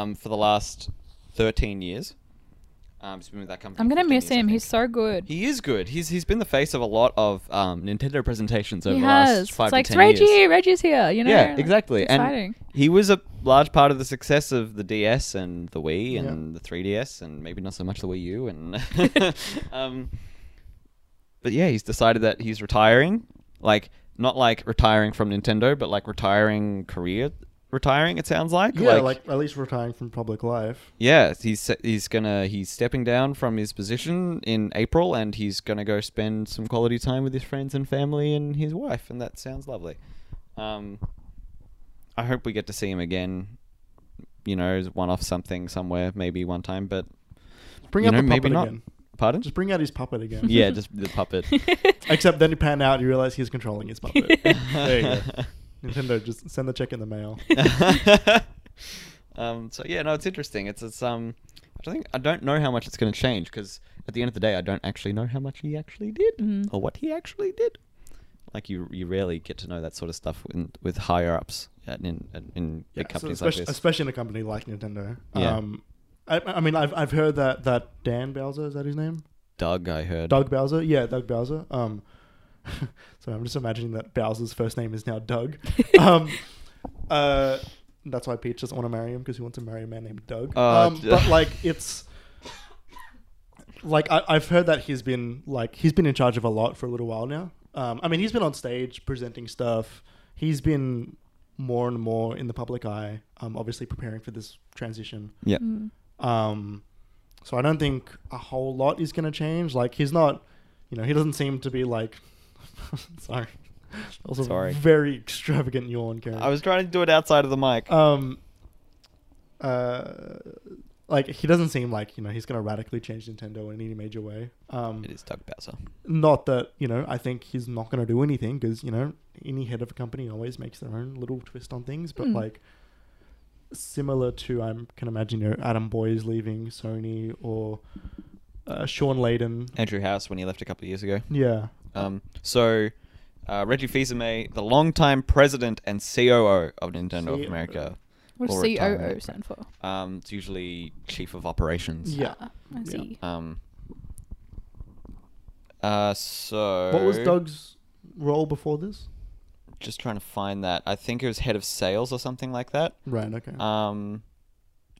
um, for the last thirteen years, um, he's been with that company. I'm for gonna 15 miss years, I him. He's think. so good. He is good. He's he's been the face of a lot of um, Nintendo presentations over He the has. last It's five to like ten Reggie, years. Reggie's here. You know. yeah, like, exactly. it's And exciting. he was a large part of the success of the DS and the Wii and Yeah. the 3DS and maybe not so much the Wii (laughs) U and (laughs) um but yeah, he's decided that he's retiring. Like not like retiring from Nintendo, but like retiring career retiring it sounds like. Yeah, like, at least retiring from public life. Yeah, he's he's gonna he's stepping down from his position in April, and he's gonna go spend some quality time with his friends and family and his wife, and that sounds lovely. Um, I hope we get to see him again. You know, one off something somewhere, maybe one time, but Bring you out know, the maybe puppet not. again. Pardon? Just bring out his puppet again. (laughs) yeah, (laughs) just the puppet. Except then you pan out, you realize he's controlling his (laughs) puppet. there you go. (laughs) Nintendo, just send the check in the mail. (laughs) um, so yeah, no, it's interesting. It's it's um, I don't think I don't know how much it's going to change because at the end of the day, I don't actually know how much he actually did or what he actually did. Like you, you rarely get to know that sort of stuff in, with higher ups at, in at, in big so companies especially, like this. especially in a company like Nintendo. Yeah. Um, I, I mean, I've, I've heard that, that Dan Bowser, is that his name? Doug, I heard. Doug Bowser? Yeah, Doug Bowser. Um, (laughs) so I'm just imagining that Bowser's first name is now Doug. um, uh, that's why Peach doesn't want to marry him because he wants to marry a man named Doug. Oh, um, but like it's like I, I've heard that he's been like he's been in charge of a lot for a little while now. Um, I mean, he's been on stage presenting stuff. He's been more and more in the public eye. Um, obviously preparing for this transition. Yeah. Mm. Um, so I don't think a whole lot is going to change. Like he's not, you know, he doesn't seem to be like. (laughs) sorry, that was Sorry. a very extravagant yawn, Karen. I was trying to do it outside of the mic. Um. Uh, like he doesn't seem like you know he's going to radically change Nintendo in any major way. Um, it is Doug Bowser. not that you know I think he's not going to do anything because you know any head of a company always makes their own little twist on things, but Mm. like similar to I can imagine you know, Adam Boyes leaving Sony or uh, Sean Layden. Andrew House when he left a couple of years ago. Yeah, Um, so, uh, Reggie Fils-Aimé, the longtime president and COO of Nintendo of CEO. America. What's Or COO retirement. stand for? Um, it's usually chief of operations. yeah. Ah, I Yeah. see. Um. Uh, so What was Doug's role before this? Just trying to find that. I think it was head of sales or something like that. Right. Okay. Um,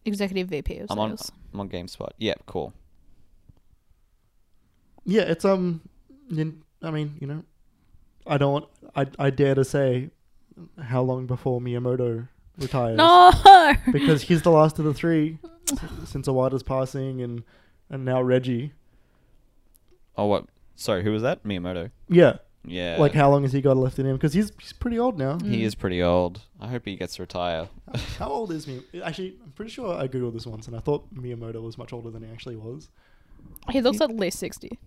Executive VP of I'm on. sales. I'm on Gamespot. Yeah, cool. yeah, it's um. nin- I mean, you know, I don't. Want, I I dare to say, how long before Miyamoto retires? No. because he's the last of the three s- since Iwata's passing and and now Reggie. Oh, what? Sorry, who was that? Miyamoto. Yeah, Yeah. like how Mm. long has he got left in him? Because he's he's pretty old now. He is pretty old. I hope he gets to retire. How old is me? Actually, I'm pretty sure I googled this once and I thought Miyamoto was much older than he actually was. (laughs) he looks at least sixty.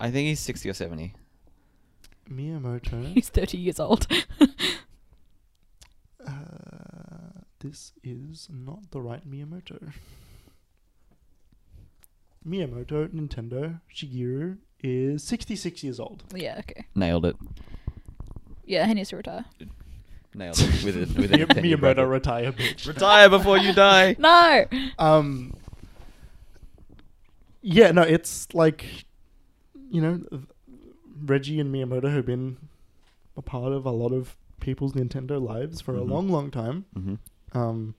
I think he's sixty or seventy. Miyamoto. (laughs) He's thirty years old. uh, this is not the right Miyamoto. Miyamoto Nintendo Shigeru is 66 years old. yeah. Okay. Nailed it. Yeah, he needs to retire. Nailed it. (laughs) With a, with a Mi- penny Miyamoto bracket. retire bitch. retire before (laughs) you die. No. um yeah no it's like you know th- reggie and miyamoto have been a part of a lot of people's nintendo lives for Mhm. a long long time Mhm. um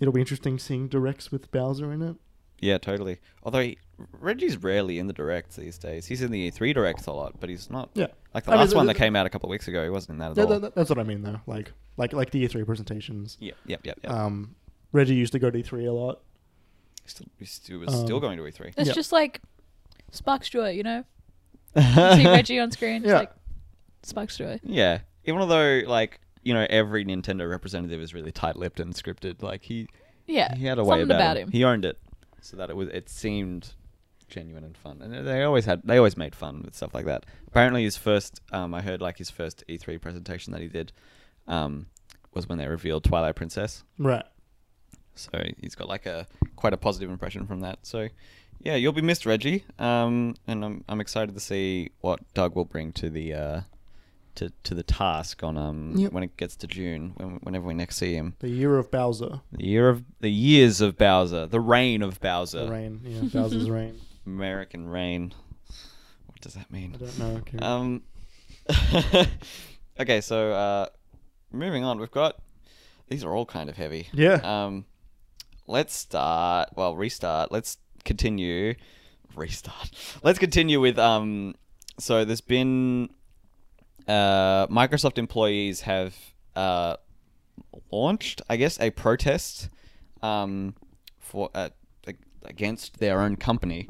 it'll be interesting seeing directs with bowser in it Yeah, totally. Although he, Reggie's rarely in the directs these days. He's in the E3 directs a lot, but he's not. Yeah. Like the I mean, last th- one th- that came out a couple of weeks ago, he wasn't in that at Yeah, all. tha- tha- that's what I mean though. Like like like the E3 presentations. yeah, yeah, yeah. yeah. Um, Reggie used to go to E3 a lot. still, he still- he was still um, going to E E3. It's Yeah. just like sparks joy, you (laughs) know. You see Reggie on screen, it's Yeah. like sparks joy. Yeah. Even though, like, you know, every Nintendo representative is really tight-lipped and scripted. Like he, Yeah, he had a way something about, about him. him. He owned it, so that it was it seemed genuine and fun. And they always had they always made fun with stuff like that. Apparently, his first um, I heard like his first E3 presentation that he did um, was when they revealed Twilight Princess. Right. So he's got like a quite a positive impression from that. So yeah, you'll be missed, Reggie. Um, and I'm I'm excited to see what Doug will bring to the uh, to to the task on um Yep. when it gets to June when, whenever we next see him. The year of Bowser. The year of the years of Bowser, the reign of Bowser, The rain. Yeah, Bowser's rain. American reign. What does that I mean? don't know. Okay. Um. (laughs) okay, so uh, moving on, we've got these are all kind of heavy. Yeah. Um, let's start. Well, restart. Let's continue. Restart. (laughs) Let's continue with um. So there's been uh, Microsoft employees have uh, launched, I guess, a protest um, for uh, ag- against their own company.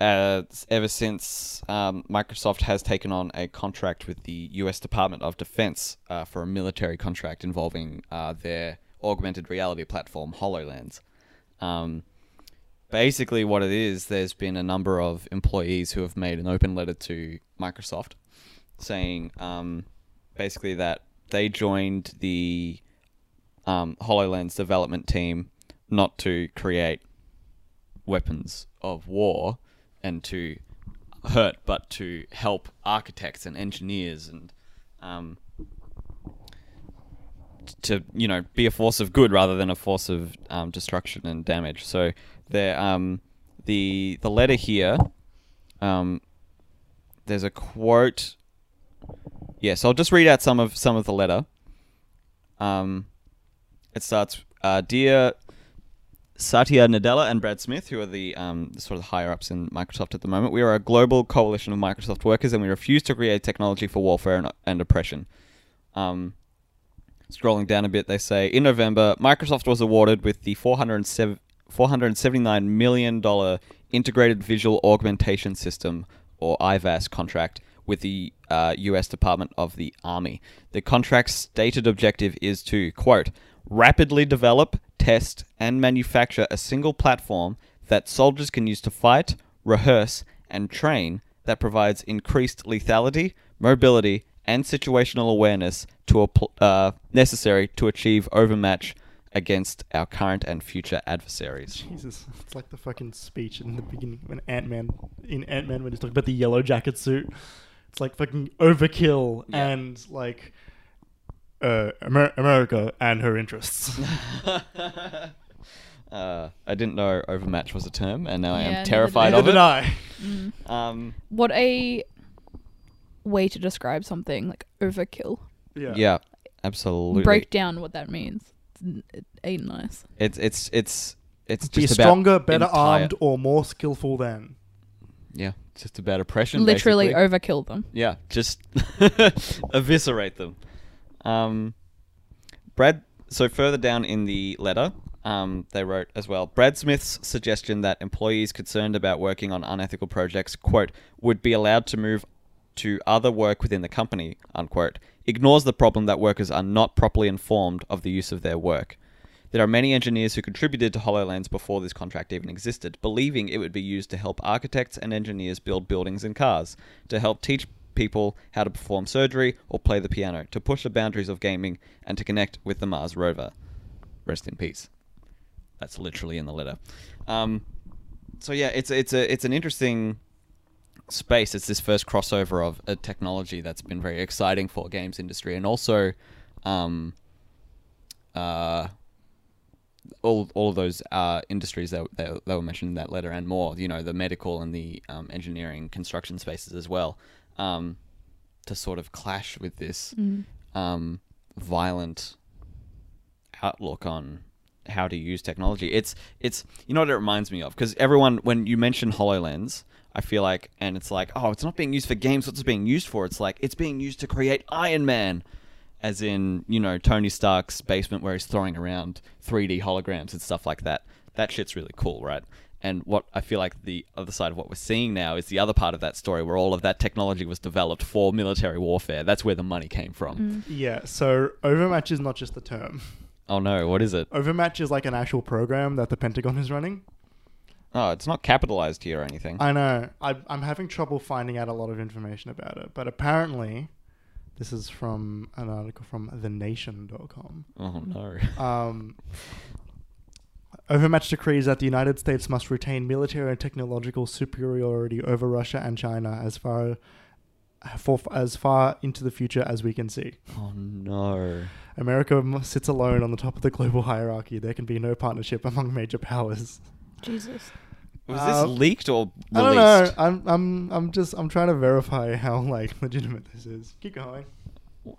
Uh, ever since um, Microsoft has taken on a contract with the U.S. Department of Defense uh, for a military contract involving uh, their augmented reality platform Hololens. Um, basically, what it is, there's been a number of employees who have made an open letter to Microsoft saying um, basically that they joined the um, HoloLens development team not to create weapons of war and to hurt, but to help architects and engineers and um, t- to you know be a force of good rather than a force of um, destruction and damage. So there, um, the the letter here, um, there's a quote. Yes, I'll just read out some of some of the letter. Um, it starts, uh, dear Satya Nadella and Brad Smith, who are the um, sort of higher ups in Microsoft at the moment, we are a global coalition of Microsoft workers, and we refuse to create technology for warfare and, and oppression. Um, scrolling down a bit, they say in November, Microsoft was awarded with the 407 $479 million Integrated Visual Augmentation System, or IVAS, contract with the uh, US Department of the Army. The contract's stated objective is to, quote, rapidly develop, test, and manufacture a single platform that soldiers can use to fight, rehearse, and train that provides increased lethality, mobility, and situational awareness to appl- uh, necessary to achieve overmatch against our current and future (laughs) adversaries. Jesus, it's like the fucking speech in the beginning when Ant Man in Ant Man when he's talking about the yellow jacket suit. It's like fucking overkill Yeah. and like uh, Amer- America and her (laughs) interests. Uh, I didn't know overmatch was a term, and now I Yeah, am neither terrified did Neither of did it. I. Mm. Um, What a way to describe something like overkill. Yeah. yeah, absolutely. Break down what that means. It's n- It ain't nice. It's it's it's it's Be just about stronger, better entire- armed, or more skillful than. Yeah, it's just about oppression. Literally basically. overkill them. Yeah, just (laughs) eviscerate them. Um, Brad. So further down in the letter, um, they wrote as well. Brad Smith's suggestion that employees concerned about working on unethical projects, quote, would be allowed to move to other work within the company, unquote, ignores the problem that workers are not properly informed of the use of their work. There are many engineers who contributed to HoloLens before this contract even existed, believing it would be used to help architects and engineers build buildings and cars, to help teach people how to perform surgery or play the piano, to push the boundaries of gaming, and to connect with the Mars rover. Rest in peace. That's literally in the letter. Um, so yeah, it's it's a it's an interesting space. It's this first crossover of a technology that's been very exciting for games industry, and also um, uh, all all of those uh, industries that, that that were mentioned in that letter and more. You know, the medical and the um, engineering construction spaces as well, um, to sort of clash with this um, violent outlook on how to use technology. It's it's you know what it reminds me of because everyone when you mention Hololens, I feel like and it's like oh it's not being used for games. What's it being used for? It's like it's being used to create Iron Man, as in you know Tony Stark's basement where he's throwing around 3D holograms and stuff like that. That shit's really cool, right? And what I feel like the other side of what we're seeing now is the other part of that story where all of that technology was developed for military warfare. That's where the money came from. Mm. Yeah, so Overmatch is not just a term. (laughs) Oh no, what is it? Overmatch is like an actual program that the Pentagon is running. Oh, it's not capitalized here or anything. I know. I, I'm having trouble finding out a lot of information about it, but apparently, this is from an article from thenation.com. Oh no. (laughs) Um, Overmatch decrees that the United States must retain military and technological superiority over Russia and China as far for as far into the future as we can see. Oh no. America m- sits alone on the top of the global hierarchy. There can be no partnership among major powers. Jesus. Was Uh, this leaked or released? I don't know. I'm I'm I'm just I'm trying to verify how like (laughs) legitimate this is. Keep going.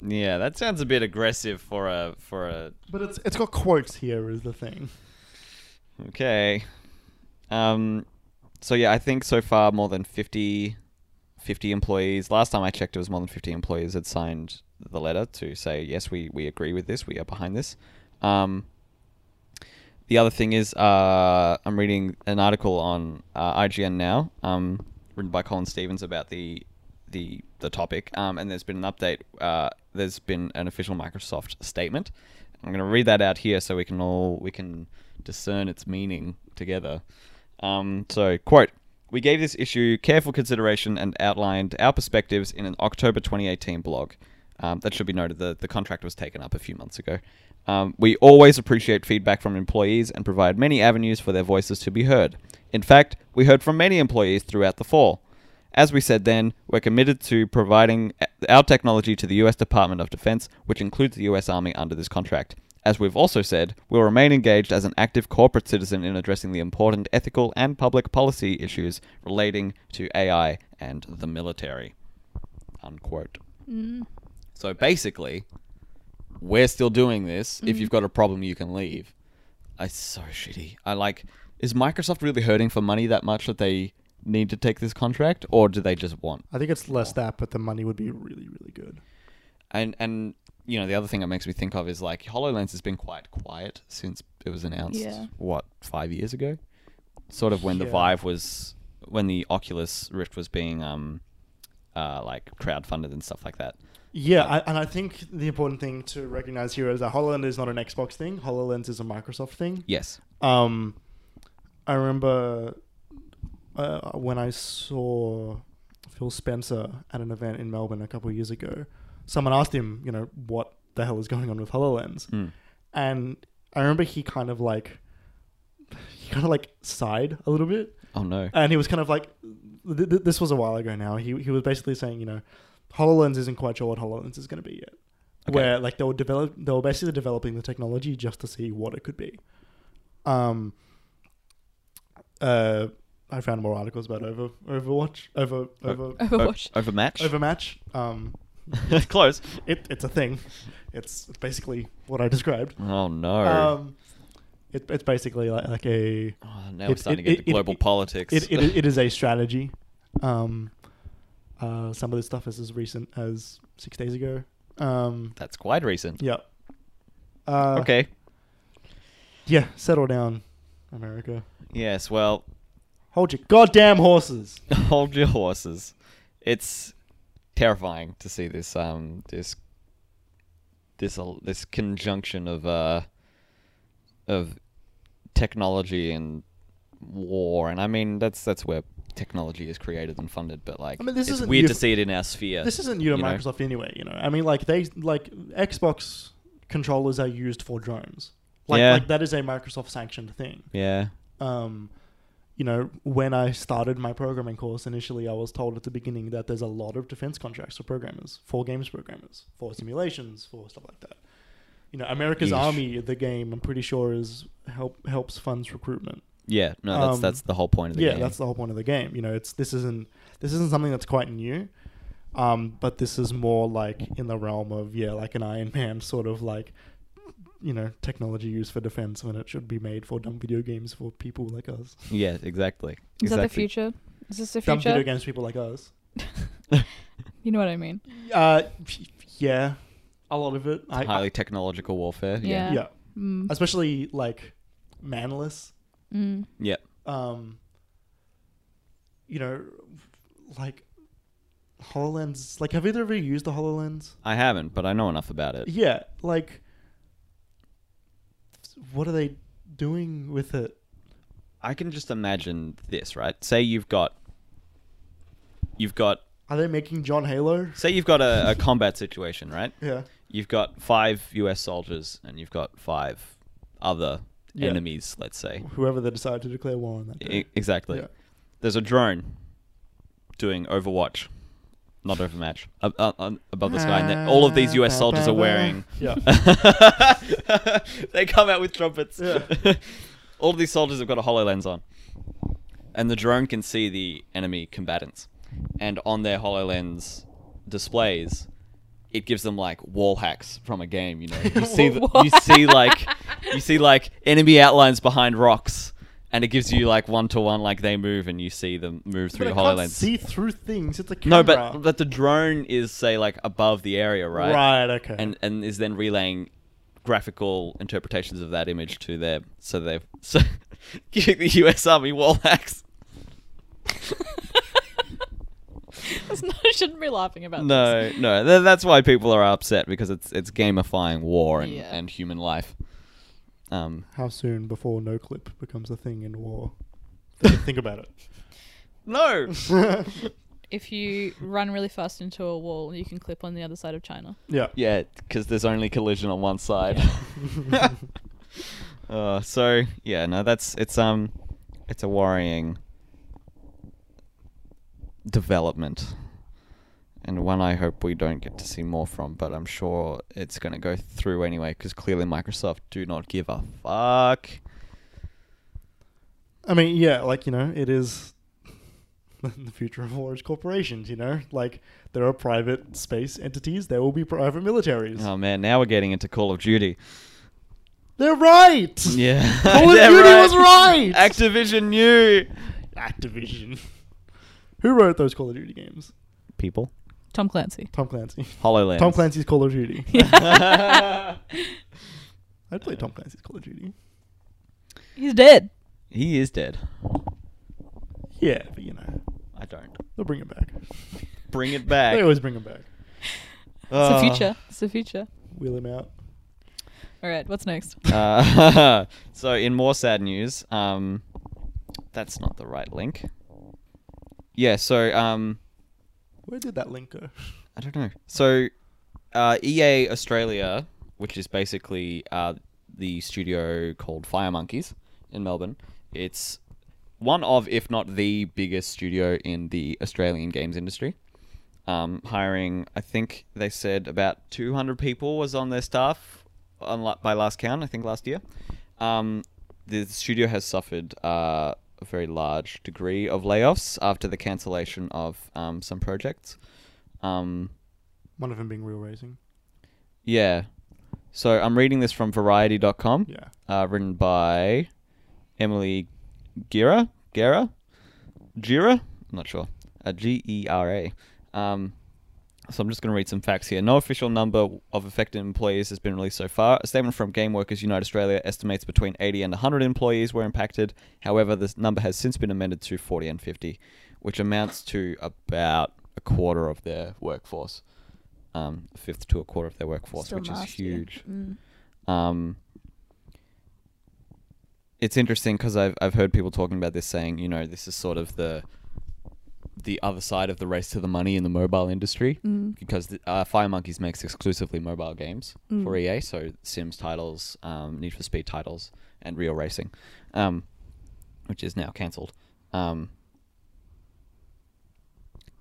Yeah, that sounds a bit aggressive for a for a But it's it's got quotes here is the thing. Okay. Um so yeah, I think so far more than 50 50 employees. Last time I checked it was more than 50 employees had signed the letter to say yes, we we agree with this. We are behind this. Um the other thing is, uh, I'm reading an article on uh, IGN now, um, written by Colin Stevens about the the the topic. Um, and there's been an update. Uh, there's been an official Microsoft statement. I'm going to read that out here so we can all we can discern its meaning together. Um, so, quote: We gave this issue careful consideration and outlined our perspectives in an October 2018 blog. Um, that should be noted. The, the contract was taken up a few months ago. Um, we always appreciate feedback from employees and provide many avenues for their voices to be heard. In fact, we heard from many employees throughout the fall. As we said then, we're committed to providing uh, our technology to the U.S. Department of Defense, which includes the U.S. Army under this contract. As we've also said, we'll remain engaged as an active corporate citizen in addressing the important ethical and public policy issues relating to AI and the military. Unquote. Mm. So basically, we're still doing this. If you've got a problem, you can leave. It's so shitty. I like. Is Microsoft really hurting for money that much that they need to take this contract, or do they just want? I think it's less that, but the money would be really really good. And and you know the other thing that makes me think of is like Hololens has been quite quiet since it was announced. Yeah. What five years ago? Sort of when the Yeah. Vive was when the Oculus Rift was being um uh like crowdfunded and stuff like that. Yeah, I, and I think the important thing to recognize here is that Hololens is not an Xbox thing. Hololens is a Microsoft thing. Yes. Um, I remember uh, when I saw Phil Spencer at an event in Melbourne a couple of years ago. Someone asked him, you know, what the hell is going on with Hololens, Mm. and I remember he kind of like he kind of like sighed a little bit, Oh no. and he was kind of like, th- th- this was a while ago now. He he was basically saying, you know, Hololens isn't quite sure what Hololens is going to be yet. Okay. Where like they were develop, they were basically developing the technology just to see what it could be. Um. Uh, I found more articles about over Overwatch over over Overwatch. O- overmatch. Overmatch. Um, (laughs) Close. it, it's a thing. It's basically what I described. Oh no. Um, it, it's basically like like a Oh, now It- we're starting it- to it- get into it- global it- politics. it, it, it is a strategy. Um, uh, some of this stuff is as recent as six days ago. Um, (laughs) That's quite recent. yeah. Uh, okay. Yeah, settle down, America. Yes. Well, (laughs) Hold your goddamn horses. hold your horses. It's terrifying to see this um this this al- this conjunction of uh of technology and war, and I mean that's that's where technology is created and funded. But like, I mean, this it's isn't weird new to f- see it in our sphere. This isn't new to you know? Microsoft anyway. You know, I mean, like they like Xbox controllers are used for drones. Like, Yeah. like that is a Microsoft sanctioned thing. Yeah. um, you know, when I started my programming course initially, I was told at the beginning that there's a lot of defense contracts for programmers, for games programmers, for simulations, for stuff like that. You know, America's Yeesh. Army, the game, I'm pretty sure is help helps funds recruitment. Yeah. No, that's Um, that's the whole point of the yeah, game. that's the whole point of the game. You know, it's this isn't this isn't something that's quite new, (laughs) um, but this is more like in the realm of yeah, like an Iron Man sort of like you know technology used for defense when it should be made for dumb video games for people like us. Yeah, exactly. Is that the Oh, Exactly. future? Is this the Dumb video future? games for people like us. You know what I mean? Uh, yeah, a lot of it. I, Highly technological warfare. Yeah. Yeah. yeah, Mm. especially like manless. Mm. Yeah. Um, you know, like Hololens. Like, have either of you used the Hololens? I haven't, but I know enough about it. Yeah, like, what are they doing with it? I can just imagine this, right? Say you've got you've got Are they making John Halo? say you've got a, a combat situation, right? Yeah, You've got five US soldiers and you've got five other Yeah. enemies, let's say. whoever they decide to declare war on that day. E- exactly. Yeah. There's a drone doing Overwatch, not Overmatch, ab- uh, uh, above the sky, and then all of these (laughs) Ah, US soldiers are wearing. (laughs) Yeah. they come out with trumpets. Yeah. all of these soldiers have got a HoloLens on. And the drone can see the enemy combatants. And on their HoloLens displays, it gives them like wall hacks from a game, you know. (laughs) You see the, you see like you see like enemy outlines behind rocks and it gives you like one to one like they move and you see them move But through I your can't HoloLens. see through things. It's a camera. no, but but the drone is say like above the area, right? right, okay. and and is then relaying graphical interpretations of that image to their so they so (laughs) giving the U.S. Army wall hacks. That's not, I shouldn't be laughing about this. No, no, th- that's why people are upset because it's it's gamifying war and, Yeah. and human life. Um, How soon before no clip becomes a thing in war? Think, think about it. no, If you run really fast into a wall, you can clip on the other side of China. (laughs) (laughs) Yeah. (laughs) yeah, because there's only collision on one side. (laughs) uh, so yeah, no, that's it's um, it's a worrying development, and one I hope we don't get to see more from. But I'm sure it's going to go through anyway, because clearly Microsoft do not give a fuck. I mean, yeah, like, you know, it is (laughs) the future of large corporations, you know? Like, there are private space entities, there will be private militaries. Oh man, now we're getting into Call of Duty. They're right! Yeah, (laughs) Call of They're Duty was right! (laughs) Activision knew Activision. (laughs) Who wrote those Call of Duty games? (laughs) people. Tom (laughs) Clancy. Tom Clancy. Hololens. Tom Clancy's Call of Duty. I'd play Tom Clancy's Call of Duty. He's dead. He is dead. Yeah, but you know, I don't. they'll bring it back. Bring it back. They always bring him back. It's the Uh, future. It's the future. Wheel him out. All right, what's next? Uh, (laughs) so, in more sad news, um, that's not the right link. Yeah, so um, Where did that link go? I don't know. So, uh, EA Australia, which is basically uh, the studio called Fire Monkeys in Melbourne, it's one of, if not the biggest studio in the Australian games industry. Um, hiring, I think they said about 200 people was on their staff on, la- by last count, I think last year. Um, the studio has suffered uh, a very large degree of layoffs after the cancellation of um, some projects. Um, One of them being Real Racing. yeah. So I'm reading this from Variety.com, Yeah. uh, written by Emily Gira, Gera, Gira. I'm not sure. Uh, G E R A. Um, so I'm just going to read some facts here. No official number of affected employees has been released so far. A statement from Game Workers Unite Australia estimates between 80 and 100 employees were impacted. However, this number has since been amended to 40 and 50, which amounts to about a quarter of their workforce. Um, a fifth to a quarter of their workforce, Still Mm. which is nasty. huge. Um, it's interesting because I've I've heard people talking about this, saying you know this is sort of the the other side of the race to the money in the mobile industry because the, uh, Fire Monkeys makes exclusively mobile games for EA, so Sims titles, um, Need for Speed titles, and Real Racing, um, which is now cancelled. Um,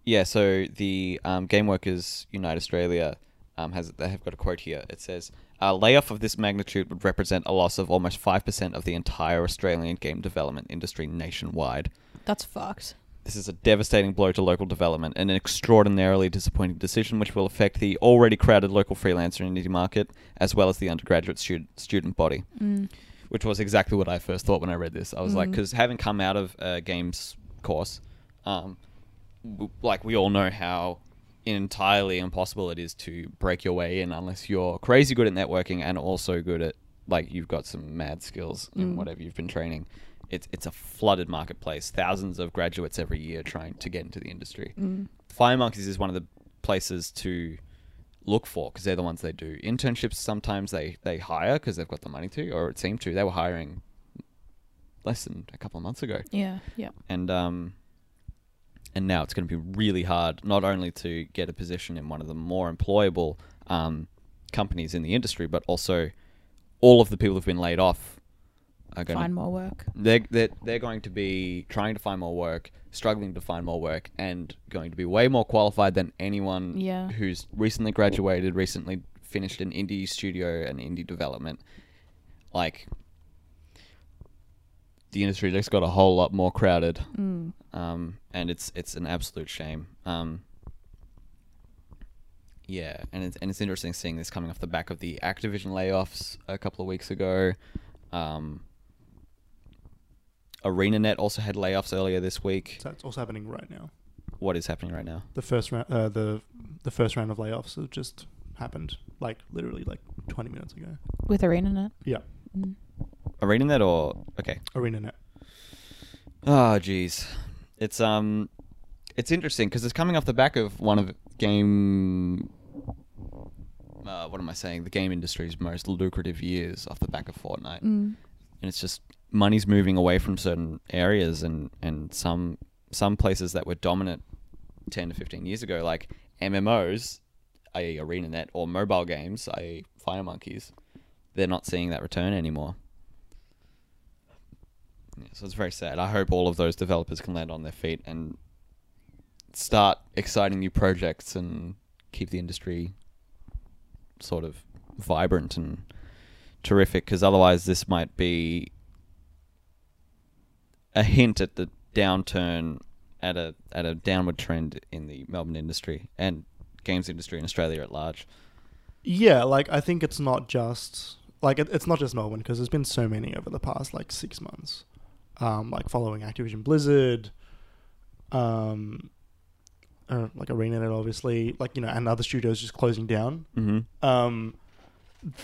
yeah, so the um, Game Workers Unite Australia um, has they have got a quote here. It says, "A layoff of this magnitude would represent a loss of almost five percent of the entire Australian game development industry nationwide." That's fucked. This is a devastating blow to local development and an extraordinarily disappointing decision which will affect the already crowded local freelancer and indie market as well as the undergraduate stud- student body. Mm. Which was exactly what I first thought when I read this. I was like, because having come out of a games course, um, w- like we all know how entirely impossible it is to break your way in unless you're crazy good at networking and also good at like you've got some mad skills in whatever you've been training. It's it's a flooded marketplace. Thousands of graduates every year trying to get into the industry. Fire Monkeys is one of the places to look for because they're the ones they do internships. Sometimes they they hire because they've got the money to, or it seemed to. They were hiring less than a couple of months ago Yeah, yeah. and um, and now it's going to be really hard not only to get a position in one of the more employable um, companies in the industry, but also all of the people who've been laid off are going Find to more work. they're, they're they're going to be trying to find more work, struggling to find more work, and going to be way more qualified than anyone Yeah. who's recently graduated, recently finished an indie studio and indie development. Like the industry just got a whole lot more crowded, um, and it's it's an absolute shame. Um, yeah, and it's and it's interesting seeing this coming off the back of the Activision layoffs a couple of weeks ago. Um, ArenaNet also had layoffs earlier this week. So it's also happening right now. What is happening right now? The first round, uh, the the first round of layoffs have just happened, like literally like twenty minutes ago. With ArenaNet. Yeah, Mm. ArenaNet or okay? ArenaNet. Oh, jeez, it's um, it's interesting because it's coming off the back of one of game. Uh, what am I saying? The game industry's most lucrative years off the back of Fortnite, Mm. and it's just money's moving away from certain areas and and some some places that were dominant ten to fifteen years ago, like MMOs, i.e., ArenaNet, e, or mobile games, i.e., Fire Monkeys. They're not seeing that return anymore. Yeah, so it's very sad. I hope all of those developers can land on their feet and start exciting new projects and keep the industry sort of vibrant and terrific because otherwise this might be a hint at the downturn at a at a downward trend in the Melbourne industry and games industry in Australia at large. Yeah, like I think it's not just like it, it's not just Melbourne because there's been so many over the past like six months, um, like following Activision Blizzard, um, uh, like ArenaNet obviously, like you know, and other studios just closing down. Mm-hmm. Um,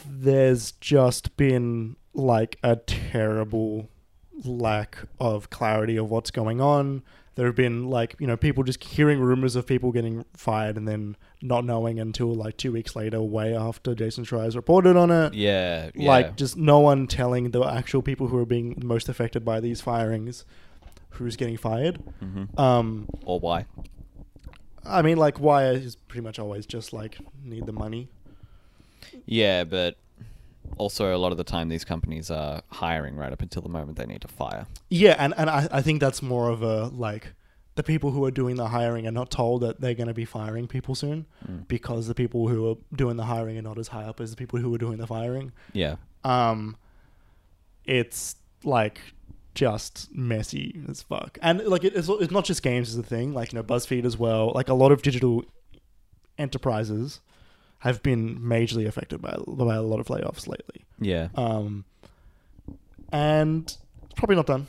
there's just been like a terrible lack of clarity of what's going on. There have been like you know people just hearing rumors of people getting fired and then not knowing until like two weeks later, way after Jason Schreier's reported on it. Yeah, yeah. Like just no one telling the actual people who are being most affected by these firings who's getting fired. Um, or why? I mean, like why is pretty much always just like need the money. Yeah, but also a lot of the time these companies are hiring right up until the moment they need to fire. Yeah, and, and I, I think that's more of a like the people who are doing the hiring are not told that they're going to be firing people soon because the people who are doing the hiring are not as high up as the people who are doing the firing. Yeah. Um, it's like just messy as fuck, and like it, it's it's not just games as a thing. Like you know, BuzzFeed as well. Like a lot of digital enterprises have been majorly affected by by a lot of layoffs lately. Yeah. Um, and it's probably not done.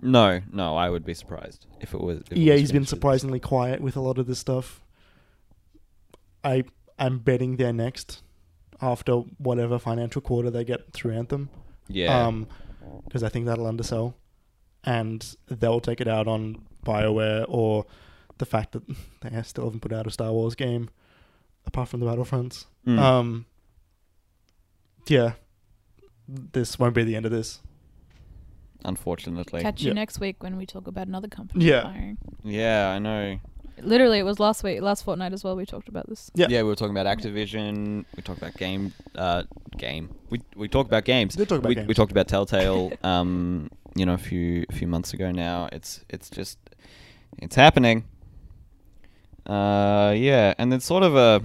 no, no, I would be surprised if it was. If it EA's was been finished. surprisingly quiet with a lot of this stuff. I I'm betting they're next after whatever financial quarter they get through Anthem. Um, Yeah. because I think that'll undersell, and they'll take it out on Bioware or the fact that (laughs) they still haven't put out a Star Wars game apart from the Battlefronts. Mm. Um, yeah, this won't be the end of this. unfortunately. Catch you Yeah. next week when we talk about another company Yeah. firing. yeah, I know. Literally, it was last week, last fortnight as well. We talked about this. Yeah. we were talking about Activision. We talked about game. Uh, game. We we talked about games. We did talk about we, games. we talked about Telltale. (laughs) um, you know, a few a few months ago now. It's it's just it's happening. Uh, yeah, and it's sort of a.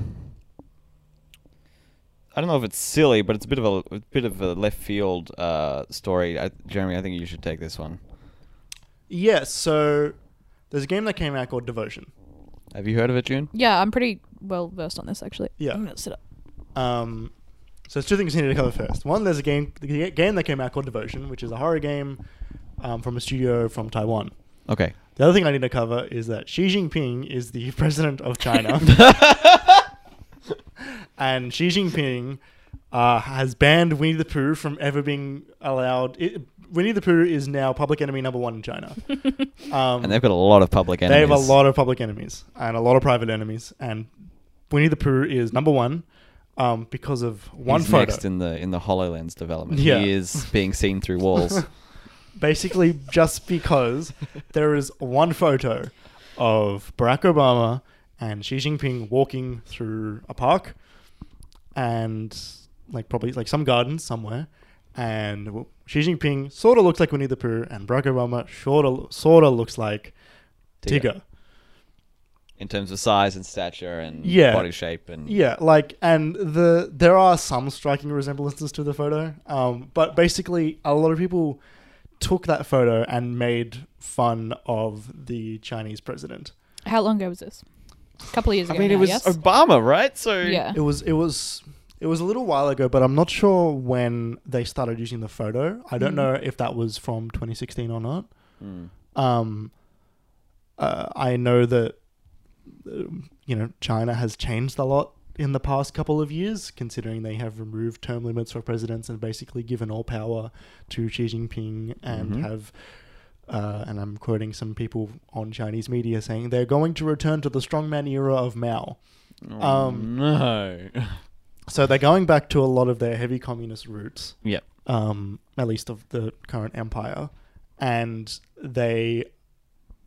I don't know if it's silly, but it's a bit of a, a bit of a left field uh, story. I, Jeremy, I think you should take this one. Yeah, so There's a game that came out called Devotion. Have you heard of it, June? Mm. Yeah, I'm pretty well versed on this actually. Yeah. I'm gonna sit up. Um, so there's two things you need to cover first. One, there's a game, the g- game that came out called Devotion, which is a horror game um, from a studio from Taiwan. Okay. The other thing I need to cover is that Xi Jinping is the (laughs) president of China, and Xi Jinping uh, has banned Winnie the Pooh from ever being allowed. It, Winnie the Pooh is now public enemy number one in China. Um, And they've got a lot of public enemies. they have a lot of public enemies and a lot of private enemies, and Winnie the Pooh is number one um, because of one He's photo. next in the in the Hololens development. Yeah. He is being seen through (laughs) walls. Basically, just (laughs) because there is one photo of Barack Obama and Xi Jinping walking through a park, and like probably like some garden somewhere, and w- Xi Jinping sort of looks like Winnie the Pooh, and Barack Obama sort of sort of looks like Tigger. Tigger. in terms of size and stature and Yeah. body shape and Yeah, like, and the there are some striking resemblances to the photo, um, but basically, a lot of people took that photo and made fun of the Chinese president. How long ago was this? A couple of years I ago. mean, it now, was yes? Obama, right? So yeah. (laughs) It was it was it was a little while ago, but I'm not sure when they started using the photo. I don't Mm. know if that was from 2016 or not. Mm. Um, uh, I know that um, you know China has changed a lot in the past couple of years, considering they have removed term limits for presidents and basically given all power to Xi Jinping and Mhm. have. Uh, and I'm quoting some people on Chinese media saying they're going to return to the strongman era of Mao. Oh, (laughs) Um, no. So they're going back to a lot of their heavy communist roots. Yep. Um, at least of the current empire, and they,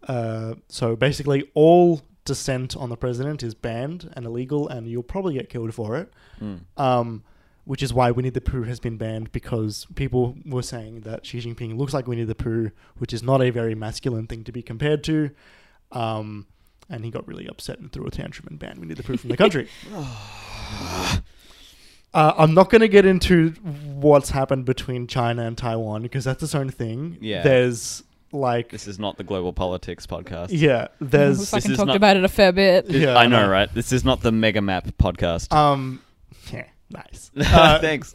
uh, so basically all dissent on the president is banned and illegal, and you'll probably get killed for it. Mm. Um, which is why Winnie the Pooh has been banned because people were saying that Xi Jinping looks like Winnie the Pooh, which is not a very masculine thing to be compared to. Um, and he got really upset and threw a tantrum and banned Winnie the Pooh from the country. (sighs) Uh, I'm not going to get into what's happened between China and Taiwan because that's its own thing. Yeah. There's like, This is not the global politics podcast. yeah, we there's, This fucking is talked not- about it a fair bit. (laughs) This- (laughs) Yeah, I I know, know. right? This is not the Mega Map podcast. (laughs) um, yeah, nice. Uh, Thanks.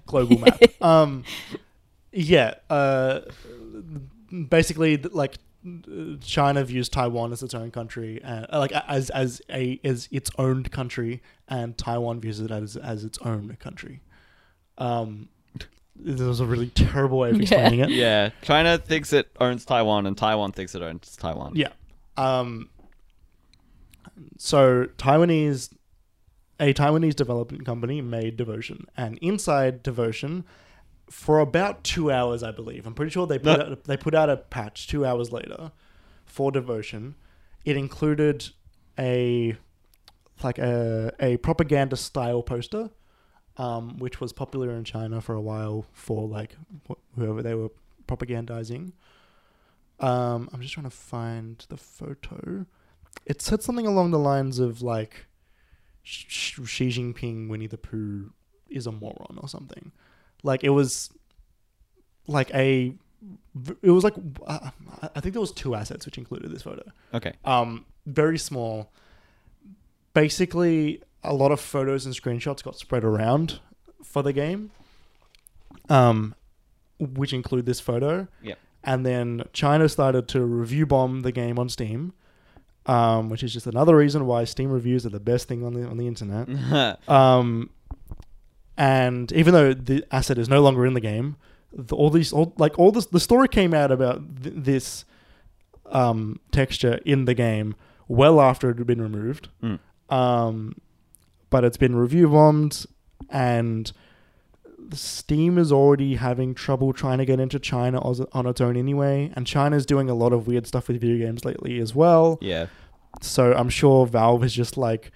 (laughs) global map. um, yeah. Uh, basically, th- like uh, China views Taiwan as its own country, and uh, like a- as as a as its own country, and Taiwan views it as as its own country. Um, this was a really terrible way of explaining it. yeah, China thinks it owns Taiwan, and Taiwan thinks it owns Taiwan. Yeah. Um, so Taiwanese, a Taiwanese development company made Devotion, and inside Devotion, for about two hours, I believe, I'm pretty sure they put No. out, they put out a patch two hours later for Devotion. It included a like a a propaganda style poster. Um, which was popular in China for a while for like wh- whoever they were propagandizing. Um, I'm just trying to find the photo. It said something along the lines of like Sh- Sh- Xi Jinping, Winnie the Pooh is a moron or something. Like it was like a it was like uh, I think there was two assets which included this photo. Okay. Um, very small. Basically, a lot of photos and screenshots got spread around for the game, um, which include this photo. Yep. And then China started to review bomb the game on Steam, um, which is just another reason why Steam reviews are the best thing on the on the internet. Um, and even though the asset is no longer in the game, the, all these, all, like all this, the story came out about th- this um, texture in the game well after it had been removed. Mm. Um, but it's been review bombed, and Steam is already having trouble trying to get into China os- on its own anyway. And China's doing a lot of weird stuff with video games lately as well. yeah. So I'm sure Valve is just like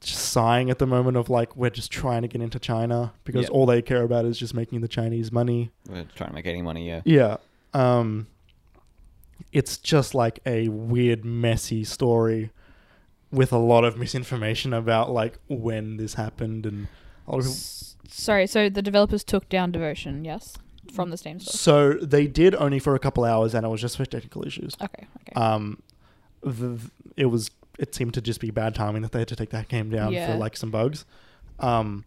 just sighing at the moment of like we're just trying to get into China because Yeah. all they care about is just making the Chinese money. We're trying to make any money, yeah. Yeah. Um it's just like a weird messy story with a lot of misinformation about like when this happened and a lot of people S- Sorry, so the developers took down Devotion, yes? from the Steam store. So they did only for a couple hours, and it was just for technical issues. Okay, okay. Uh, Um, the, it was it seemed to just be bad timing that they had to take that game down Yeah. for like some bugs. Um,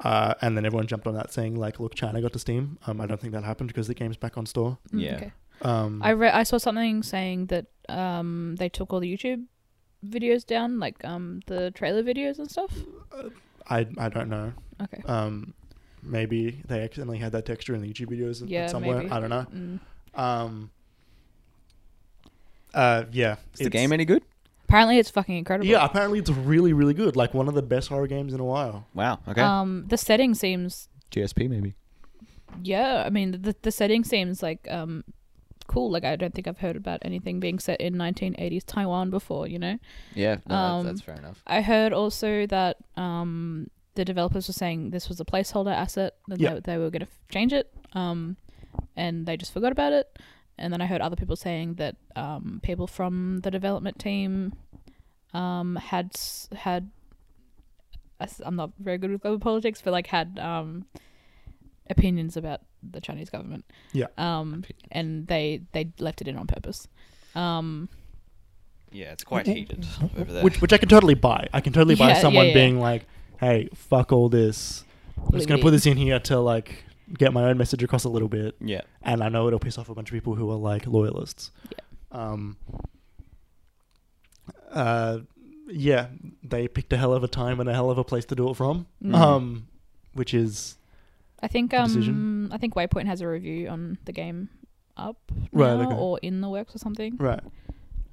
uh, and then everyone jumped on that saying like, "Look, China got to Steam." Um, I don't think that happened because the game's back on store. Mm, yeah. okay. Um, I re- I saw something saying that um they took all the YouTube videos down, like um the trailer videos and stuff. I I don't know. Okay. Um, maybe they accidentally had that texture in the YouTube videos in- Yeah, somewhere. maybe. I don't know. Mm. Um, uh, yeah. Is the it's- game any good? Apparently, it's fucking incredible. Yeah, apparently it's really, really good. Like one of the best horror games in a while. Wow. Okay. Uh, Um, the setting seems GSP maybe. yeah. I mean, the the setting seems like um cool. Like I don't think I've heard about anything being set in 1980s Taiwan before. You know. Yeah. No, Um, that's, that's fair enough. I heard also that um, the developers were saying this was a placeholder asset that Yeah. they, they were going to change it, um, and they just forgot about it. And then I heard other people saying that um, people from the development team um, had s- had I s- I'm not very good with global politics, but like had um, opinions about the Chinese government. Yeah. Um, and they they left it in on purpose. Um, Yeah, it's quite heated over there. Which, which I can totally buy. I can totally buy Yeah, yeah, someone yeah. being like, "Hey, fuck all this. I'm just gonna Leave put it." this in here to like get my own message across a little bit." yeah. And I know it'll piss off a bunch of people who are like loyalists. Yeah. Um. Uh, yeah, they picked a hell of a time and a hell of a place to do it from. Mm. Mm-hmm. Um, which is I think the um decision. I think Waypoint has a review on the game up Right, now okay. or in the works or something. right.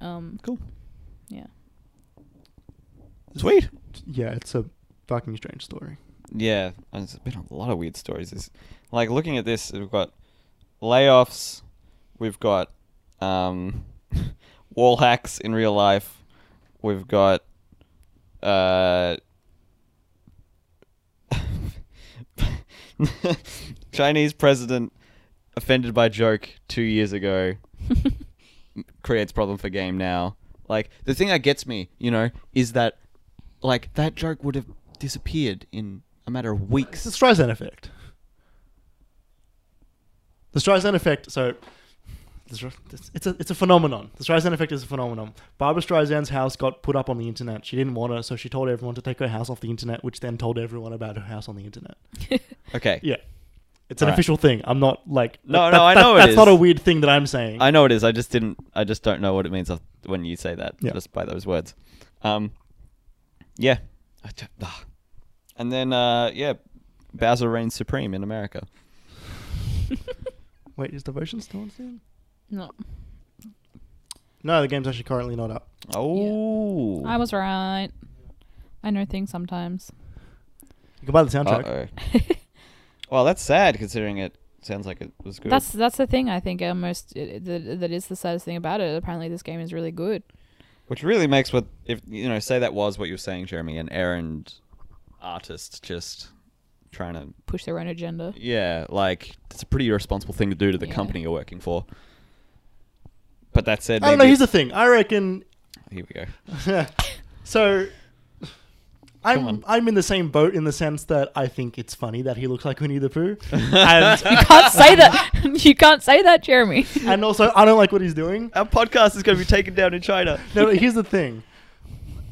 Um (laughs) Sweet. Yeah, it's a fucking strange story. Yeah, and it's been a lot of weird stories. This, like looking at this, we've got layoffs, we've got um, (laughs) wall hacks in real life, we've got uh, (laughs) Chinese president offended by joke two years ago creates problem for game now. Like the thing that gets me, you know, is that like that joke would have disappeared in a matter of It's weeks. the Streisand effect. The Streisand effect. So, the Stre- it's- it's a it's a phenomenon. The Streisand effect is a phenomenon. Barbara Streisand's house got put up on the internet. She didn't want it, so she told everyone to take her house off the internet, which then told everyone about her house on the internet. Okay, Yeah, it's an Alright. official thing. I'm not like No, no, I know it that's is. not a weird thing that I'm saying. I know it is. I just didn't. I just don't know what it means off- when you say that. Yeah. Just by those words. Um, yeah. I ju- ah. And then uh, yeah, Bowser reigns supreme in America. Wait, is Devotion still on Steam? no. No, the game's actually currently not up. Oh. I was right. I know things (laughs) sometimes. You can buy the soundtrack. Uh-oh. well, that's sad considering it sounds like it was good. That's that's the thing I think almost it, that that is the saddest thing about it. Apparently this game is really good. Which really makes what if you know say that was what you were saying, Jeremy, an errand artist just trying to Push their own (laughs) agenda. Yeah, like it's a pretty irresponsible thing to do to the Yeah. company you're working for. But that said, I don't know. maybe- Here's the thing. I reckon (laughs) here we go. (laughs) So Come on. I'm I'm in the same boat in the sense that I think it's funny that he looks like Winnie (laughs) the Pooh. and, Can't say that. (laughs) you can't say that, Jeremy. (laughs) and also I don't like what he's doing. Oh. Our podcast is going to be taken down in (laughs) China. No, but here's the thing.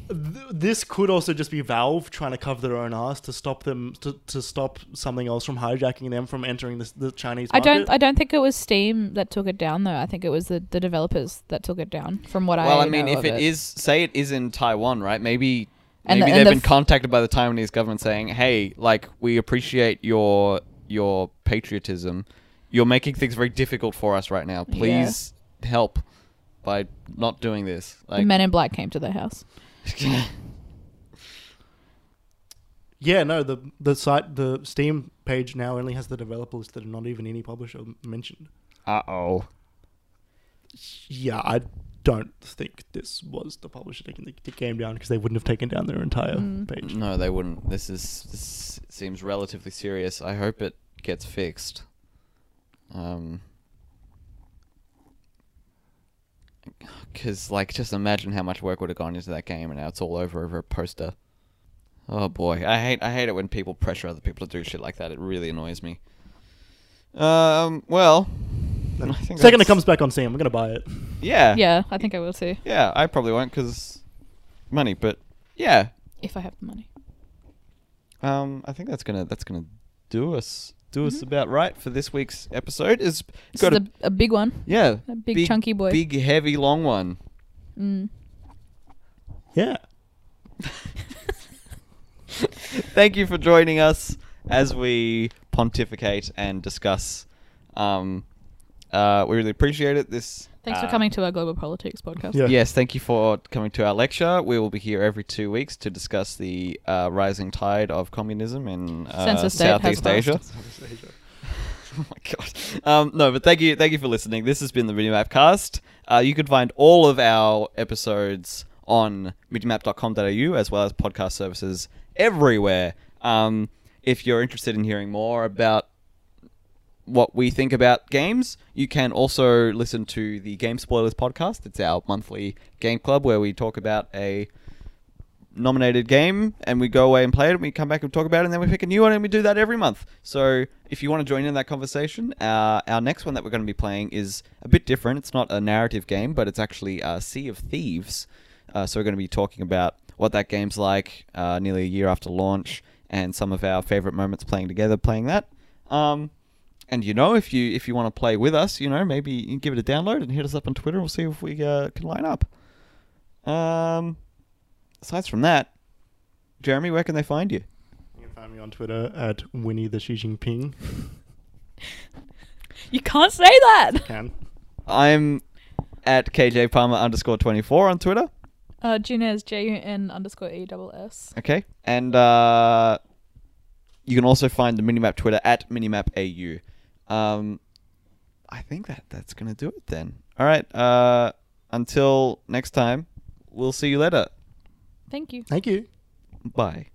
Th- This could also just be Valve trying to cover their own ass to stop them to, to stop something else from hijacking them from entering this, the Chinese I market. don't I don't think it was Steam that took it down though. I think it was the, the developers that took it down from what I Well, I mean, know if of it is, say it is in Taiwan, right? Maybe And maybe the- and they've the been f- contacted by the Taiwanese government saying, "Hey, like we appreciate your your patriotism. You're making things very difficult for us right now. Please help by not doing this." the Like, Men in Black came to their house. (laughs) yeah, no. The the site the Steam page now only has the developers that are not even any publisher mentioned. uh oh. Yeah, I don't think this was the publisher taking the, the game down because they wouldn't have taken down their entire Mm. page. No, they wouldn't. This is this seems relatively serious. I hope it gets fixed. Um, because like just imagine how much work would have gone into that game, and now it's all over over a poster. Oh boy, I hate I hate it when people pressure other people to do shit like that. It really annoys me. Um. Well, I Second think it that's- comes back on Steam, I'm gonna buy it. Yeah. Yeah, I think I will too Yeah. I probably won't because money, but yeah. if I have the money. Um. I think that's gonna that's gonna do us do us about right for this week's episode. Is Mm-hmm. This got is a, a, a big one, yeah a big, chunky boy. big heavy long one. (laughs) Mm. Yeah. Thank you for joining us as we pontificate and discuss. Um. Uh. We really appreciate it. This. Thanks for uh, coming to our global politics podcast. Yeah. Yes, thank you for coming to our lecture. We will be here every two weeks to discuss the uh, rising tide of communism in uh, Census date has Southeast passed. Asia. (laughs) oh my god! Um, no, but thank you, thank you for listening. This has been the Minimap Cast. Uh, you can find all of our episodes on minimap.com.au as well as podcast services everywhere. Um, if you're interested in hearing more about what we think about games. You can also listen to the Game Spoilers podcast. It's our monthly game club where we talk about a nominated game and we go away and play it and we come back and talk about it and then we pick a new one and we do that every month. So if you want to join in that conversation, uh, our next one that we're going to be playing is a bit different. It's not a narrative game, but it's actually uh, Sea of Thieves. Uh, so we're going to be talking about what that game's like uh, nearly a year after launch and some of our favorite moments playing together playing that. Um, and you know, if you if you want to play with us, you know, maybe you can give it a download and hit us up on Twitter. We'll see if we uh, can line up. Um, aside from that, Jeremy, where can they find you? You can find me on Twitter at Winnie the Xi (laughs) Jinping. You can't say that. Can. I'm at KJ Palmer underscore twenty four on Twitter. Uh, Junez J U N underscore E double S. Okay, and uh, you can also find the Minimap Twitter at minimapau. Um, I think that that's gonna do it then. All right. Uh, until next time, we'll see you later. Thank you. Thank you. Bye.